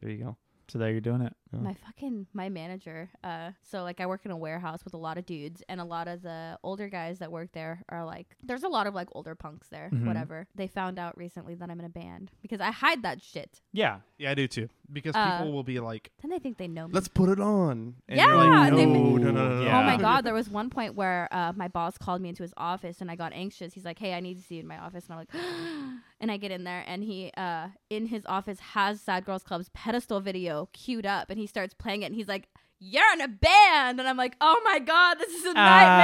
there you go.
So there you're doing it.
My fucking my manager. Uh, so like I work in a warehouse with a lot of dudes, and a lot of the older guys that work there are like, there's a lot of like older punks there.
Mm-hmm.
Mhm.
Whatever. They found out recently that I'm in a band because I hide that shit.
Yeah,
Yeah, I do too. Because
Uh,
people will be like,
Then they think they know me.
"Let's put it on." And
Yeah,
you're like, no,
they-
no, no, no, no.
Yeah.
Oh my god, there was one point where uh, my boss called me into his office and I got anxious. He's like, "Hey, I need to see you in my office," and I'm like, (gasps) and I get in there and he uh, in his office has Sad Girls Club's pedestal video queued up and he starts playing it and he's like, "You're in a band," and I'm like, "Oh my god, this is a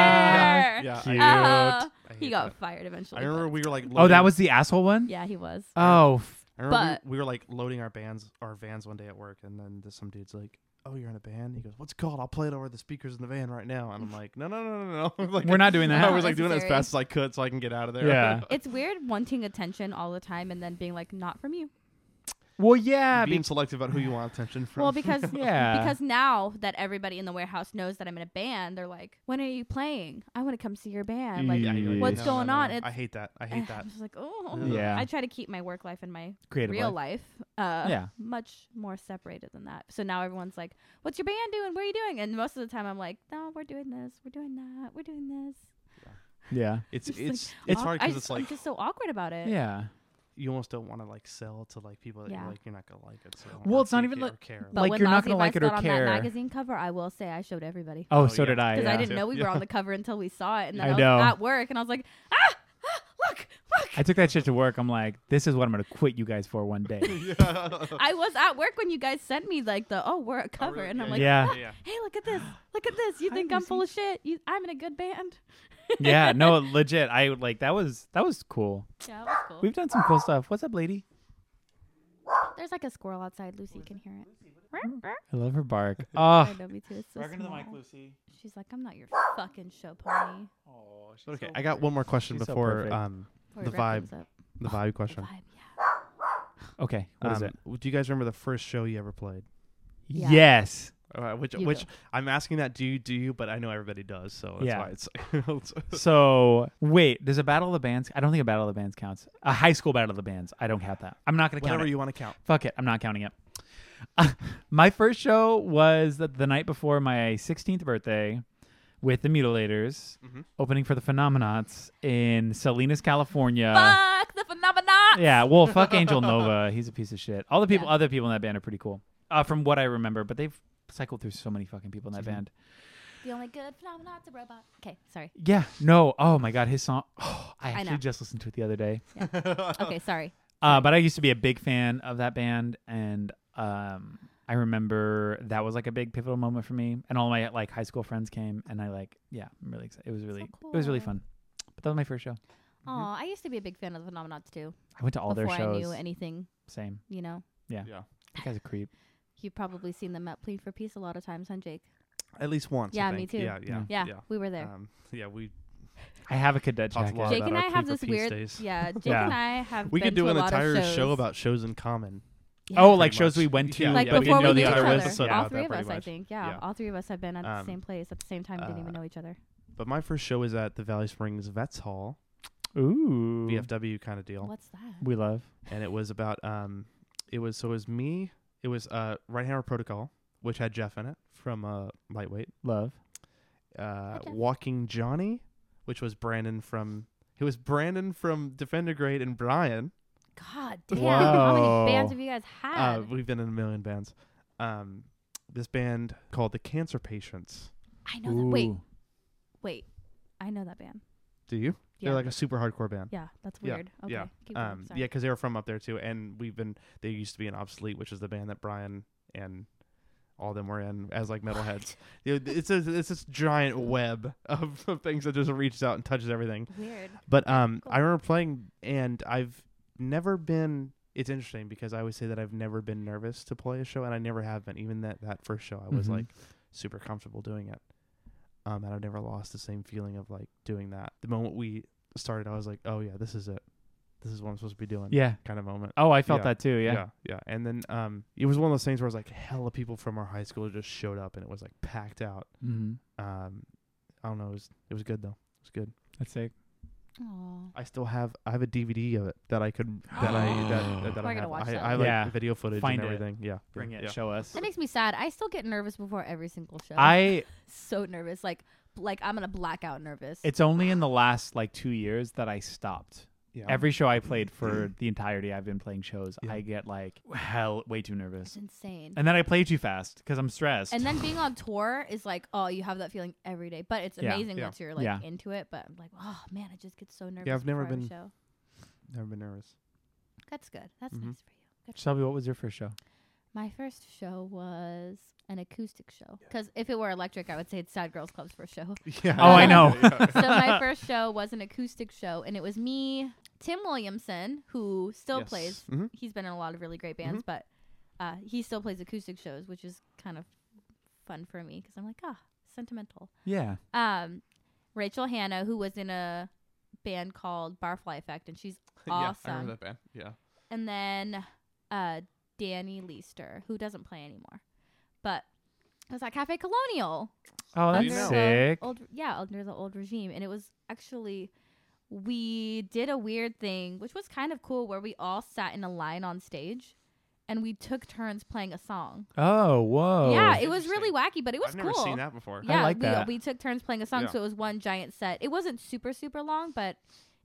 nightmare."
Yeah,
Cute.
I,
(laughs) Uh,
I hate
he got
that.
fired eventually.
I remember
but-
we were like,
Oh, that
loading-
was the asshole one.
yeah, he was.
Oh, f-
I remember
But-
we, we were like loading our bands, our vans one day at work, and then this, some dude's like, "Oh, you're in a band?" He goes, "What's it called? I'll play it over the speakers in the van right now." And I'm like, "No, no, no, no, (laughs) no!" like,
we're not doing
I
that.
was like doing it as
necessary.
fast as I could (laughs) so I can get out of there.
Yeah.
It's weird wanting attention all the time and then being like, "Not from you."
Well, yeah,
being
be-
selective about who you want attention from. (laughs)
Well, because
Yeah.
because now that everybody in the warehouse knows that I'm in a band, they're like, "When are you playing? I want to come see your band." Like,
Yeah, you're like,
what's
"No,
going
no, no,
on?
no. I
It's-
hate that. Mm, I hate
(sighs)
that.
I'm just like, oh,
Yeah.
I try to keep my work life and my
creative
real
life.
life, uh,
Yeah.
much more separated than that. So now everyone's like, "What's your band doing? What are you doing?" And most of the time, I'm like, "No, we're doing this. We're doing that. We're doing this."
Yeah,
It's
Just
it's
like,
it's,
Aw-
hard
I
because
just-
it's like
I'm just so awkward about it.
yeah.
you almost don't want to like sell to like people that
Yeah.
you're like you're not gonna like it. So
Well,
or
it's not
take
even
it
like-
or care.
But
Like,
when
you're not
Lousy
gonna like
Vice
it or
got
care.
on that magazine cover, I will say I showed everybody
Oh,
Oh,
so
yeah.
did I.
because
Yeah.
I didn't know we were
(laughs)
Yeah.
on the cover until we saw it, and then
I
I, was
know.
at work, and I was like, "Ah, ah, look, look!"
I took that shit to work. I'm like, this is what I'm gonna quit you guys for one day.
(laughs) yeah.
I was at work when you guys sent me like the oh we're a cover,
really?
and I'm
Yeah,
(laughs) like, "Ah,
yeah.
yeah.
"Hey, look at this! Look at this! You think I'm full of shit? You, I'm in a good band."
yeah, no, legit. I like that was that was cool.
Yeah, that was cool.
We've done some cool stuff. What's up, lady?
There's like a squirrel outside. Lucy can hear it.
I love her (laughs) bark.
I
Oh,
know me too. It's so small.
Lucy.
She's like, I'm not your fucking show pony.
Oh, she's
Okay, I got one more question
She's so
before
perfect.
um
Before
The
Rick comes up.
the vibe
The
question.
vibe, yeah.
Okay, what is
Um,
it?
Do you guys remember the first show you ever played?
yeah.
Yes.
Uh, which
You
which
go.
I'm asking that do you do you? But I know everybody does, so that's
Yeah.
why it's. (laughs) it's-
So wait, there's a battle of the bands. I don't think a battle of the bands counts. A high school battle of the bands. I don't count that. I'm not gonna count
Whatever
it.
you want to count.
Fuck it. I'm not counting it. (laughs) my first show was the, the night before my 16th birthday with the Mutilators,
Mhm.
opening for the Phenomenauts in Salinas, California.
Fuck the phenomena.
uh, Yeah, well, fuck Angel Nova. He's a piece of shit. All the people,
Yeah.
other people in that band are pretty cool, uh, from what I remember. But they've cycled through so many fucking people in that
Mhm.
Mm-hmm.
band.
The only good phenomena's a robot. Okay, sorry.
Yeah, no, oh my god, his song. (sighs) I
I know.
actually just listened to it the other day.
(laughs)
Okay, (laughs) sorry.
Uh, but I used to be a big fan of that band, and um, I remember that was like a big pivotal moment for me. And all my like high school friends came, and I like, yeah, I'm really excited. It was really, it was really
cool.
fun. But that was my first show.
Aw, I used to be a big fan of the phenomenons too.
I went to all
before
their shows.
I knew anything, (laughs)
Same.
you know.
Yeah.
That guy's a creep.
You've probably seen them at Plead for Peace a lot of times, huh, Jake?
At least once. I
Yeah, me
think.
too.
Yeah,
Mm.
yeah,
Yeah, we were there.
Um, yeah, we
I have a cadet
Talks a lot
jacket.
Jake
about
and
our
I have
Plead for
this
Peace
weird.
days.
Yeah, Jake
Yeah.
and I have.
we
been
could do
to
an
a lot of
entire
shows.
show about shows in common.
Yeah.
Oh,
Pretty
like shows
much.
we went to,
Yeah,
like
yeah, we
before
didn't know
we
the
knew
other
each other.
episode.
Yeah.
all
about
three
that
of
pretty
us, I
much.
think. Yeah,
Yeah.
all three of us have been at the
Um,
same place at the same time. didn't even
uh,
know each other.
But my first show was at the Valley Springs Vets Hall,
Ooh,
VFW kind of deal,
What's that?
we love.
and it was about um, it was so it was me, it was uh Right Hammer Protocol, which had Jeff in it from uh Lightweight,
Love.
uh
Jeff.
Walking Johnny, which was Brandon from it was Brandon from Defender Grade and Brian.
God damn! How
Wow.
many bands have you guys had?
Uh, we've been in a million bands. Um, this band called the Cancer Patients.
I know that. Wait,
Ooh.
wait. I know that band.
Do you?
Yeah.
They're like a super hardcore band.
Yeah, that's
Yeah,
weird. Okay,
yeah,
keep going.
Um,
sorry.
yeah, because they were from up there too, and we've been. They used to be in Obsolete, which is the band that Brian and all them were in as like metalheads. You know, it's a, it's this giant web of, of things that just reaches out and touches everything.
Weird.
But um, I
Cool.
remember playing, and I've never been. It's interesting because I always say that I've never been nervous to play a show, and I never have been. Even that that first show, I was
Mhm.
like super comfortable doing it, um, and I've never lost the same feeling of like doing that. The moment we started, I was like, oh yeah, this is it. This is what I'm supposed to be doing.
Yeah.
kind of moment.
Oh, I felt
Yeah.
that too. Yeah.
yeah, yeah. And then um, it was one of those things where it was like hella people from our high school just showed up, and it was like packed out.
Mm-hmm.
Um, I don't know. It was it was good though. It was good.
That's sick.
Aw.
I still have I have a DVD of it that I could that I that, (gasps) that, that
We're
I
gonna
have.
watch
I,
that.
I have like
Yeah.
video footage
Find it.
and everything. Yeah,
Bring it.
Yeah.
Show us.
That makes me sad. I still get nervous before every single show.
I.
so nervous, like like I'm gonna black out nervous.
It's only in the last like two years that I stopped.
Yeah.
Every show I (clears throat) played for the entirety I've been playing shows,
Yeah.
I get like hell, way too
It's
nervous,
insane.
and then I play too fast because I'm stressed.
And then being on tour is like, oh, you have that feeling every day. But it's
Yeah.
amazing
Yeah.
once you're like
Yeah.
into it. But I'm like, oh man, I just get so nervous.
I've never
before every
been-
Show.
Never been nervous.
That's good. That's
Mm-hmm.
Mhm.
nice for you. Good.
Shelby, what was your first show?
My first show was an acoustic show. Because if it were electric, I would say it's Sad Girls Club's first show.
(laughs)
(laughs)
(laughs)
Yeah.
Oh, I know.
so my first show was an acoustic show, and it was me, Tim Williamson, who still plays.
(laughs) hmm
He's been in a lot of really great bands, but uh, he still plays acoustic shows, which is kind of fun for me because I'm like, ah, sentimental.
(laughs) Yeah.
um, Rachel Hanna, who was in a band called Barfly Effect, and she's awesome.
band. Yeah.
and then uh, Danny Leister, who doesn't play anymore. But it was at Cafe Colonial.
Oh,
that's
that's
you know.
sick.
The old, yeah, under the old regime. And it was actually, we did a weird thing, which was kind of cool, where we all sat in a line on stage and we took turns playing a song.
Oh, whoa.
yeah, it was really wacky, but it was
I've
cool.
never seen that before.
I
Yeah,
like
we, uh,
that.
we took turns playing a song,
Yeah.
so it was one giant set. It wasn't super, super long, but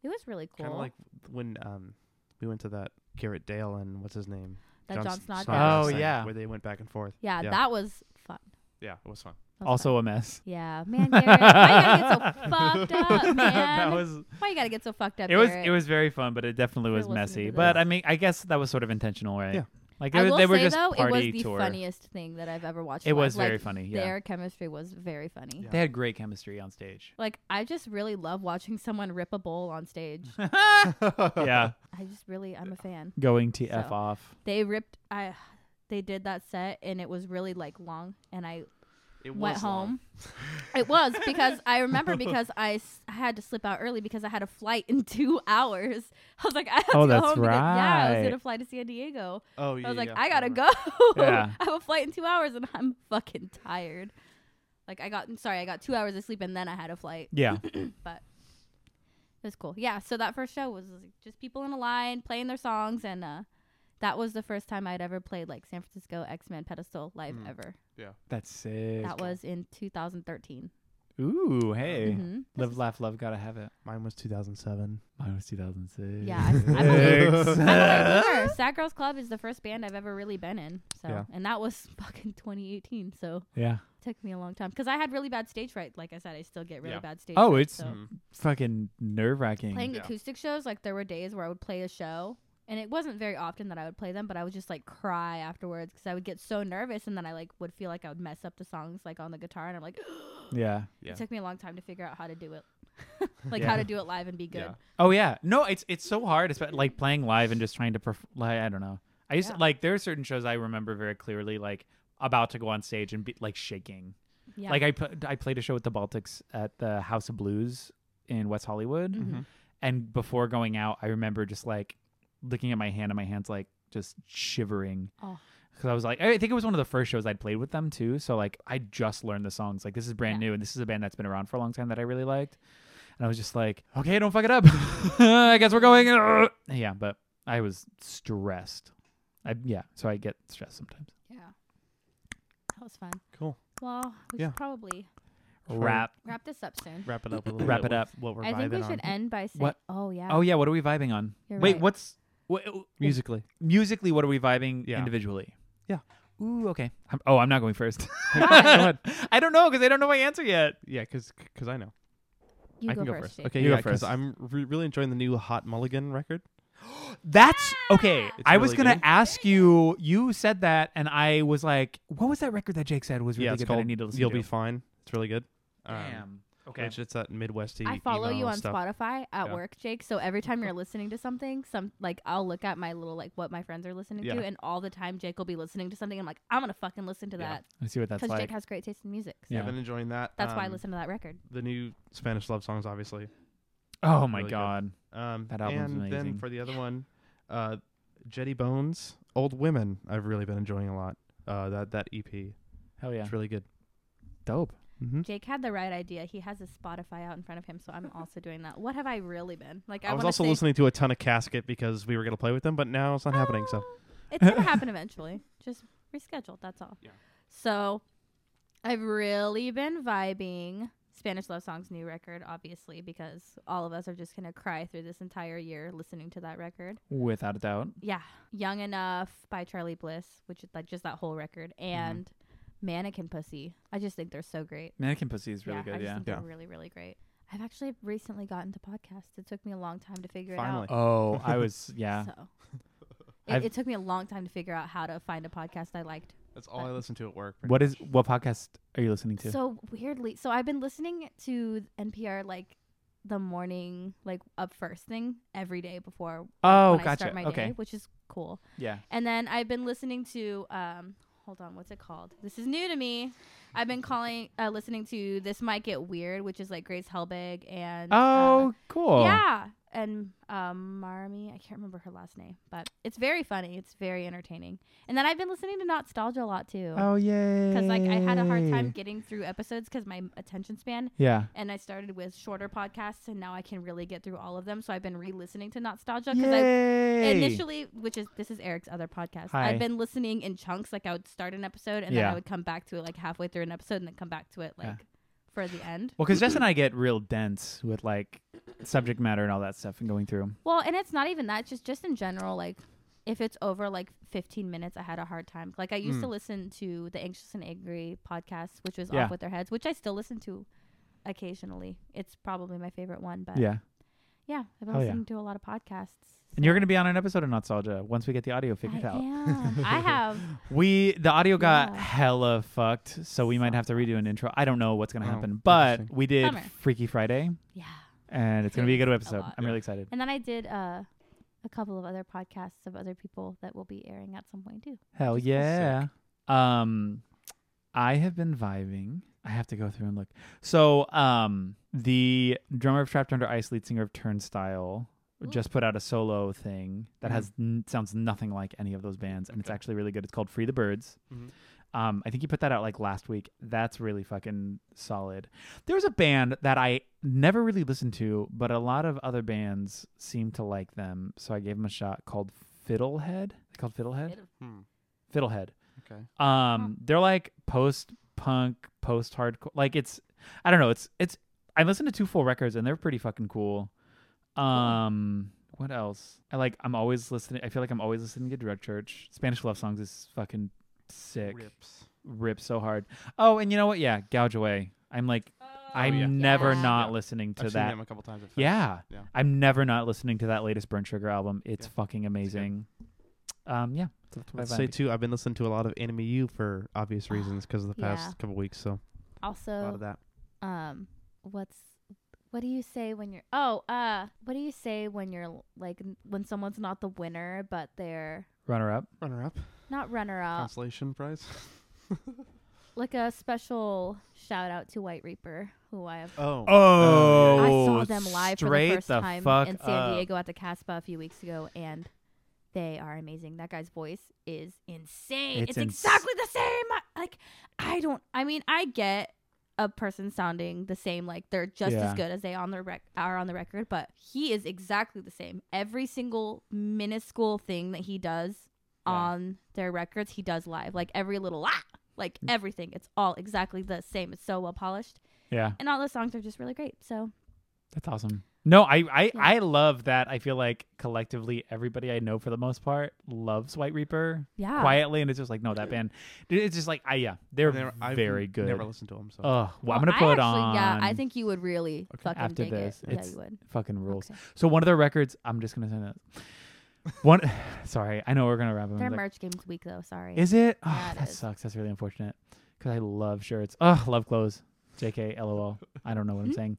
it was really cool.
Kind of like when um we went to that Garrett Dale and what's his name
that
John
John
S-
Snodgrass.
Snodgrass. Oh,
thing,
yeah.
where they went back and forth.
yeah,
yeah.
that was fun.
Yeah, it was fun.
That was fun.
also a mess.
yeah, man,
(laughs)
Garrett,
(laughs)
why you gotta get so fucked up,
that
man?
was
why you gotta get so fucked up?
it was
Garrett?
it was very fun, but it definitely
We're
was
listening
messy.
to
But
this.
I mean, I guess that was sort of intentional, right?
Yeah.
Like
I
they,
will
were- they were
say
just
though, it was
party
the
tour.
funniest thing that I've ever watched.
It was
live.
very
Like,
funny. Yeah.
Their chemistry was very funny.
Yeah.
They had great chemistry on stage.
Like I just really love watching someone rip a bowl
(laughs)
on stage.
(laughs) yeah.
I just really, I'm a fan.
Going to f
So.
off.
They ripped. I, they did that set and it was really like long, and I
It
went
was long.
home. (laughs) it was because
(laughs)
I remember because I s- had to slip out early because I had a flight in (laughs) two hours. I was like, I have
Oh,
to go
that's
home. Because, yeah, I was
right.
in a flight to San Diego.
Oh yeah.
I was like,
yeah,
I gotta
remember.
go. (laughs)
Yeah.
I have a flight in two hours and I'm fucking tired. Like I got, I'm sorry, I got two hours of sleep and then I had a flight.
Yeah.
But it was cool. Yeah. So that first show was like, just people in a line playing their songs and. uh that was the first time I'd ever played like San Francisco X Men Pedestal live
Mm.
ever.
(laughs) That's sick.
That was in 2013.
Ooh, hey.
Mm-hmm.
Live, laugh, love. Gotta have it.
Mine was 2007.
Mine was 2006.
Yeah, I- I'm
(laughs)
a- I'm a believer. Sad Girls Club is the first band I've ever really been in. So,
Yeah.
and that was (laughs) fucking 2018. So it
yeah.
took me a long time because I had really bad stage fright. Like I said, I still get really
Yeah.
bad stage.
Oh,
fright,
it's
so.
fucking nerve wracking.
playing
Yeah.
acoustic shows. Like there were days where I would play a show, and it wasn't very often that I would play them, but I would just like cry afterwards because I would get so nervous, and then I like would feel like I would mess up the songs like on the guitar, and I'm like,
Yeah.
Yeah.
it took me a long time to figure out how to do it, (laughs) like
Yeah.
how to do it live and be good.
Yeah.
Oh yeah, no, it's it's so hard, especially like playing live and just trying to perf- like I don't know. I used
Yeah.
to, like there are certain shows I remember very clearly, like about to go on stage and be like shaking.
Yeah.
Like I put, I played a show with the Baltics at the House of Blues in West Hollywood,
Mm-hmm.
Mhm.
and before going out, I remember just like looking at my hand and my hands like just shivering.
Oh.
Because I was like, I think it was one of the first shows I'd played with them too. So like, I just learned the songs. Like, this is brand
Yeah.
new, and this is a band that's been around for a long time that I really liked. And I was just like, okay, don't fuck it up. (laughs) I guess we're going. (laughs) Yeah, but I was stressed. I yeah, so I get stressed sometimes.
Yeah. That was fun.
Cool.
Well, we
Yeah.
should probably
Sure.
Rap.
wrap this up soon.
Wrap it up. With a little
Wrap
bit
it
with
up.
What we're
I think we
vibing
should
on.
end by saying,
What?
"Oh yeah,
Oh yeah, what are we vibing on?
You're
Wait,
right.
what's what,
musically.
musically? What are we vibing
Yeah.
individually?
Yeah.
Ooh, okay. I'm, oh, I'm not going
(laughs)
first.
Why?
(laughs) I don't know because I don't know my answer yet.
Yeah, because I know.
you
I
go,
can go
first."
first.
Jake.
Okay,
You go
yeah, because
first.
I'm re- really enjoying the new Hot Mulligan record.
That's okay.
It's
I was
really
gonna
good.
ask you. You said that, and I was like, "What was that record that Jake said was really
yeah, it's
good that I
called
need to listen
You'll
to?"
Be Fine. It's really good. Um,
Damn. Okay.
Which it's that Midwesty.
I follow
emo
you on
stuff.
Spotify at
Yeah.
work, Jake. So every time you're listening to something, some like I'll look at my little like what my friends are listening
Yeah.
to, and all the time Jake will be listening to something. I'm like, I'm gonna fucking listen to
Yeah.
that
Let's see what that's
because Jake
like.
has great taste in music. So
Yeah,
Yeah.
I've been enjoying that.
that's why I
Um,
listen to that record.
The new Spanish love songs, obviously.
oh my
really good.
god.
Um,
That album's
and
amazing.
then for the other one, uh, Jetty Bones, Old Women. I've really been enjoying a lot. Uh, that that EP,
Hell yeah.
it's really good.
Dope.
Mm-hmm.
Jake had the right idea. He has his Spotify out in front of him, so I'm also doing that. What have I really been like? I,
I was
wanna
also
say-
listening to a ton of Casket because we were gonna play with them, but now it's not happening. So
Oh, it's
(laughs)
gonna happen eventually. Just rescheduled. That's all.
Yeah.
So I've really been vibing Spanish Love Song's new record, obviously, because all of us are just gonna cry through this entire year listening to that record.
Without a doubt.
Yeah, Young Enough by Charlie Bliss, which is like just that whole record,
Mm-hmm.
and Mannequin Pussy. I just think they're so great.
Mannequin Pussy is really
I
good.
just
Yeah.
think they're
Yeah.
really, really great. I've actually recently gotten to podcasts. It took me a long time to figure
Finally.
it out.
Oh, (laughs) I
(laughs)
was yeah. (laughs)
So it,
I've-
it took me a long time to figure out how to find a podcast I liked.
(laughs) that's all I listen to at work.
What is what podcast are you listening to?
So weirdly, so I've been listening to NPR like the morning, like up first thing every day before
oh,
when I
gotcha.
start my
okay.
day, which is cool.
Yeah.
And then I've been listening to um, hold on, what's it called? This is new to me. I've been calling, uh, listening to this might get weird, which is like Grace Helbig and uh,
Oh, cool.
yeah, and um, Marmy. I can't remember her last name, but it's very funny. It's very entertaining. And then I've been listening to Nostalgia a lot too,
Oh yeah.
because like I had a hard time getting through episodes because my attention span
Yeah.
and I started with shorter podcasts, and now I can really get through all of them. So I've been re-listening to Nostalgia because I initially, which is this is Eric's other podcast.
Hi.
I've been listening in chunks. Like I would start an episode, and then
Yeah.
I would come back to it like halfway through an episode, and then come back to it like
Yeah.
for the end.
Well, because Jess and I get real dense with like subject matter and all that stuff and going through 'em.
Well, and it's not even that. It's just just in general, like if it's over like 15 minutes, I had a hard time. Like I used to listen to the Anxious and Angry podcast, which was
Mm. Yeah.
off with their heads, which I still listen to occasionally. It's probably my favorite one, but
Yeah.
yeah, I've been
Hell yeah.
listening to a lot of podcasts.
And you're going to be on an episode of Nostalgia once we get the audio
I
figured out. (laughs)
am. I have.
We the audio got
Yeah.
hella fucked, so we might have to redo an intro. I don't know what's going to
Oh,
happen, but
interesting.
we did
Bummer.
Freaky Friday,
Yeah.
and it's going to be a good
A
episode.
lot.
I'm really excited.
And then I did uh, a couple of other podcasts of other people that will be airing at some point too.
Hell
Just feels
yeah. Um I have been vibing. I have to go through and look. So, um the drummer of Trapped Under Ice, lead singer of Turnstile,
Ooh.
just put out a solo thing that
Mhm.
has n- sounds nothing like any of those bands and it's
Okay.
actually really good. It's called Free the Birds.
Mhm.
Um I think he put that out like last week. That's really fucking solid. There's a band that I never really listened to, but a lot of other bands seem to like them, so I gave them a shot called Fiddlehead. They called Fiddlehead.
Hmm.
Fiddlehead.
Okay.
Um, they're like post punk, post hardcore. Like it's, I don't know. It's it's. I listened to two full records and they're pretty fucking cool. Um, what else? I like. I'm always listening. I feel like I'm always listening to Drug Church. Spanish love songs is fucking sick. Rip,
Rips.
so hard. Oh, and you know what? Yeah, gouge away. I'm like, I'm
Oh, yeah.
never
Yeah.
not
Yeah.
listening to
I've seen
that.
them a couple times. at festivals.
Yeah.
Yeah.
I'm never not listening to that latest Burn Sugar album. It's
Yeah.
fucking amazing. Um, yeah. So that's what
I'd
I
say
vibe.
too. I've been listening to a lot of Enemy U for
(gasps)
obvious reasons because of the past
Yeah. Oh.
couple weeks. So a lot of
Also,
that.
um, what's what do you say when you're? Oh, uh, what do you say when you're l- like n- when someone's not the winner but they're
Runner up.
Runner up,
not runner up?
consolation (laughs) prize.
Like a special shout out to White Reaper, who I have.
Oh.
Oh,
I saw them live for the
straight
first time
fuck
in
up.
San Diego at the Caspa a few weeks ago, and they are amazing. That guy's voice is insane.
It's
It's,
ins-
exactly the same. Like I don't. I mean, I get a person sounding the same, like they're just
Yeah.
as good as they on the rec- are on the record, but he is exactly the same. Every single minuscule thing that he does
Yeah.
on their records, he does live. Like every little ah, like
Mm.
everything. It's all exactly the same. It's so well polished,
Yeah,
and all the songs are just really great. So
that's awesome. No, I I,
Yeah.
I love that. I feel like collectively everybody I know for the most part loves White Reaper
yeah.
quietly, and it's just like no, that band. dude, It's just like I yeah, they're
I've never- I've
very good.
Never listened to them. So
Oh, well,
Well,
I'm gonna
I
put it
actually-
on.
Yeah, I think you would really fucking
After
dig
this,
it.
it's-
yeah, you would.
fucking rules.
Okay.
So one of their records, I'm just gonna say that one. (laughs) sorry, I know we're gonna wrap it.
Their
up.
merch game's weak though. Sorry.
Is it? Oh,
Yeah, it
that
is.
sucks. That's really unfortunate. Because I love shirts. Oh, love clothes. JK, LOL. I don't know
(laughs)
what I'm saying.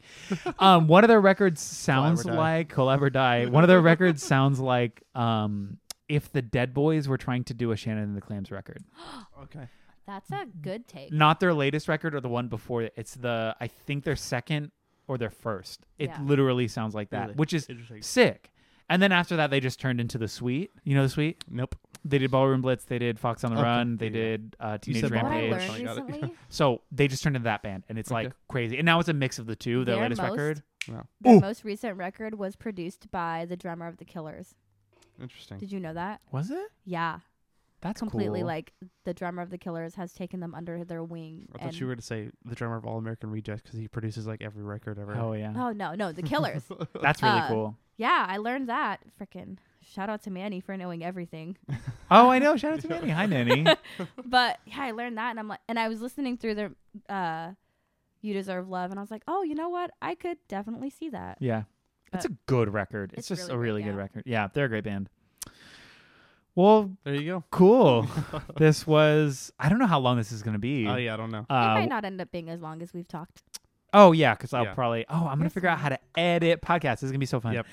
Um, one of their records sounds
die.
like Collab or
(laughs)
Die. One of their records sounds like um, if the Dead Boys were trying to do a Shannon and the Clams record.
okay.
That's a good take.
Not their latest record or the one before it. It's the I think their second or their first. It
Yeah.
literally sounds like that,
Really?
which is
Interesting.
sick. And then after that, they just turned into the Sweet. You know the Sweet?
Nope.
They did Ballroom Blitz. They did Fox on the
Okay,
Run. They
there you
did uh, Teenage
said
What I
Rampage.
Ballroom Blitz.
learned
I got it.
recently,
So they just turned into that band, and it's like
Okay.
crazy. And now it's a mix of the two. Their
Their
latest
most-
record.
their
Ooh.
most recent record was produced by the drummer of the Killers.
Interesting.
Did you know that?
Was it?
Yeah,
That's
completely
cool.
like the drummer of the Killers has taken them under their wing.
I thought
and-
you were going to say the drummer of All American Rejects because he produces like every record ever.
Oh yeah,
Oh no, no,
(laughs)
the Killers.
that's really
uh,
cool.
yeah, I learned that. Freaking shout out to Manny for knowing everything.
Oh, I know.
(laughs)
Shout out to Nanny. Hi, Nanny.
but yeah, I learned that, and I'm like, and I was listening through their uh, "You Deserve Love," and I was like, oh, you know what? I could definitely see that.
Yeah, it's a good record. It's,
It's
just
really
a
great,
really good
yeah.
record. Yeah, they're a great band. Well,
(laughs) There you go. (laughs)
cool. this was. I don't know how long this is gonna be.
Oh yeah, I don't know.
it
Uh,
might not end up being as long as we've talked.
oh yeah, because I'll
Yeah.
probably. Oh, I'm gonna
That's
figure out how to edit podcasts. This is gonna be so fun.
Yep.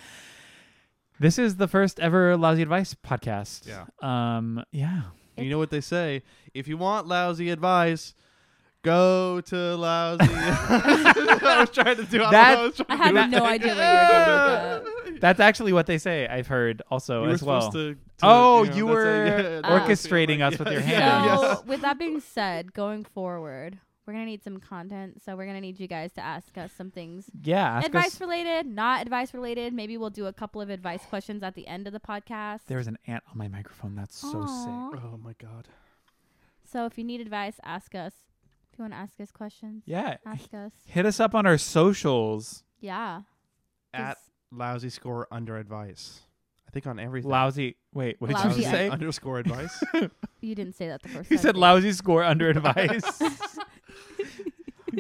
This is the first ever lousy advice podcast.
Yeah.
Um. Yeah.
And you know what they say? If you want lousy advice, go to (laughs) lousy. I was trying to do. I don't know what I was trying
I
to
had
do.
That-
no idea where you were going with that.
That's actually what they say. I've heard also
you
as
were
well.
supposed to, to,
Oh,
know,
you
that's
were
it.
Uh,
(laughs) that's it,
orchestrating
like,
us
(laughs)
with (laughs) your
So,
Yeah. hands.
yes.
with that being said, going forward, we're gonna need some content. So we're gonna need you guys to ask us some things,
yeah, ask
advice
us-
related, not advice related. Maybe we'll do a couple of advice questions at the end of the podcast.
There was an ant on my microphone. That's so sick.
Aw.
Oh my god.
So if you need advice, ask us. If you want to ask us questions,
Yeah,
ask us.
hit us up on our socials.
Yeah. 'cause
At lousy score under advice. I think on everything.
Lousy. Wait, what did
(laughs)
Lousy
you (laughs)
ad-
say?
Underscore advice.
you didn't say that the first
He
time.
said
did you?
lousy score
(laughs)
under advice.
(laughs)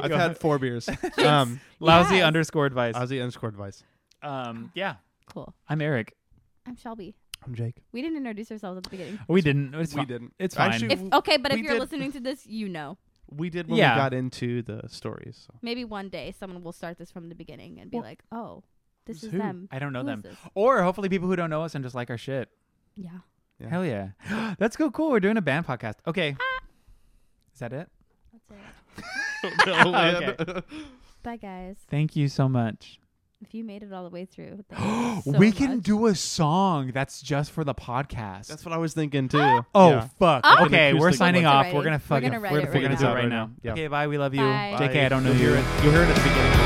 I've
Go
had
ahead.
four beers. (laughs) Um,
lousy
Yes.
underscore advice.
lousy underscore advice.
Um, yeah,
Cool.
I'm Eric.
I'm Shelby.
I'm Jake.
We didn't introduce ourselves at the beginning.
We didn't. It's
we
fine.
didn't.
It's fine.
Actually,
If oh okay, but if
we
you're
did-
listening to this, you know.
we did when
Yeah.
we got into the stories. (laughs) So.
Maybe one day someone will start this from the beginning and be
Well,
like, "Oh, this
who's
is
who?
them."
I don't know
Who is
them.
this?
Or hopefully people who don't know us and just like our shit.
Yeah.
Yeah.
Hell yeah. (gasps) That's go cool. We're doing a band podcast. Okay.
Ah.
Is that it?
That's it.
Oh, (laughs)
Okay.
Bye guys.
Thank you so much.
If you made it all the
(gasps)
way through, thank you so
we can
much.
do a song that's just for the podcast.
That's what I was thinking too.
(gasps) oh
Yeah.
fuck.
Oh.
okay,
Acoustic
we're
one.
signing off.
Alrighty.
We're gonna
We're
fucking
gonna write it
we're
right
gonna do
now.
it right now.
Yeah.
Okay, bye. We love you.
Bye.
JK, I don't know
You'll
you.
hear it. You'll hear it at the beginning.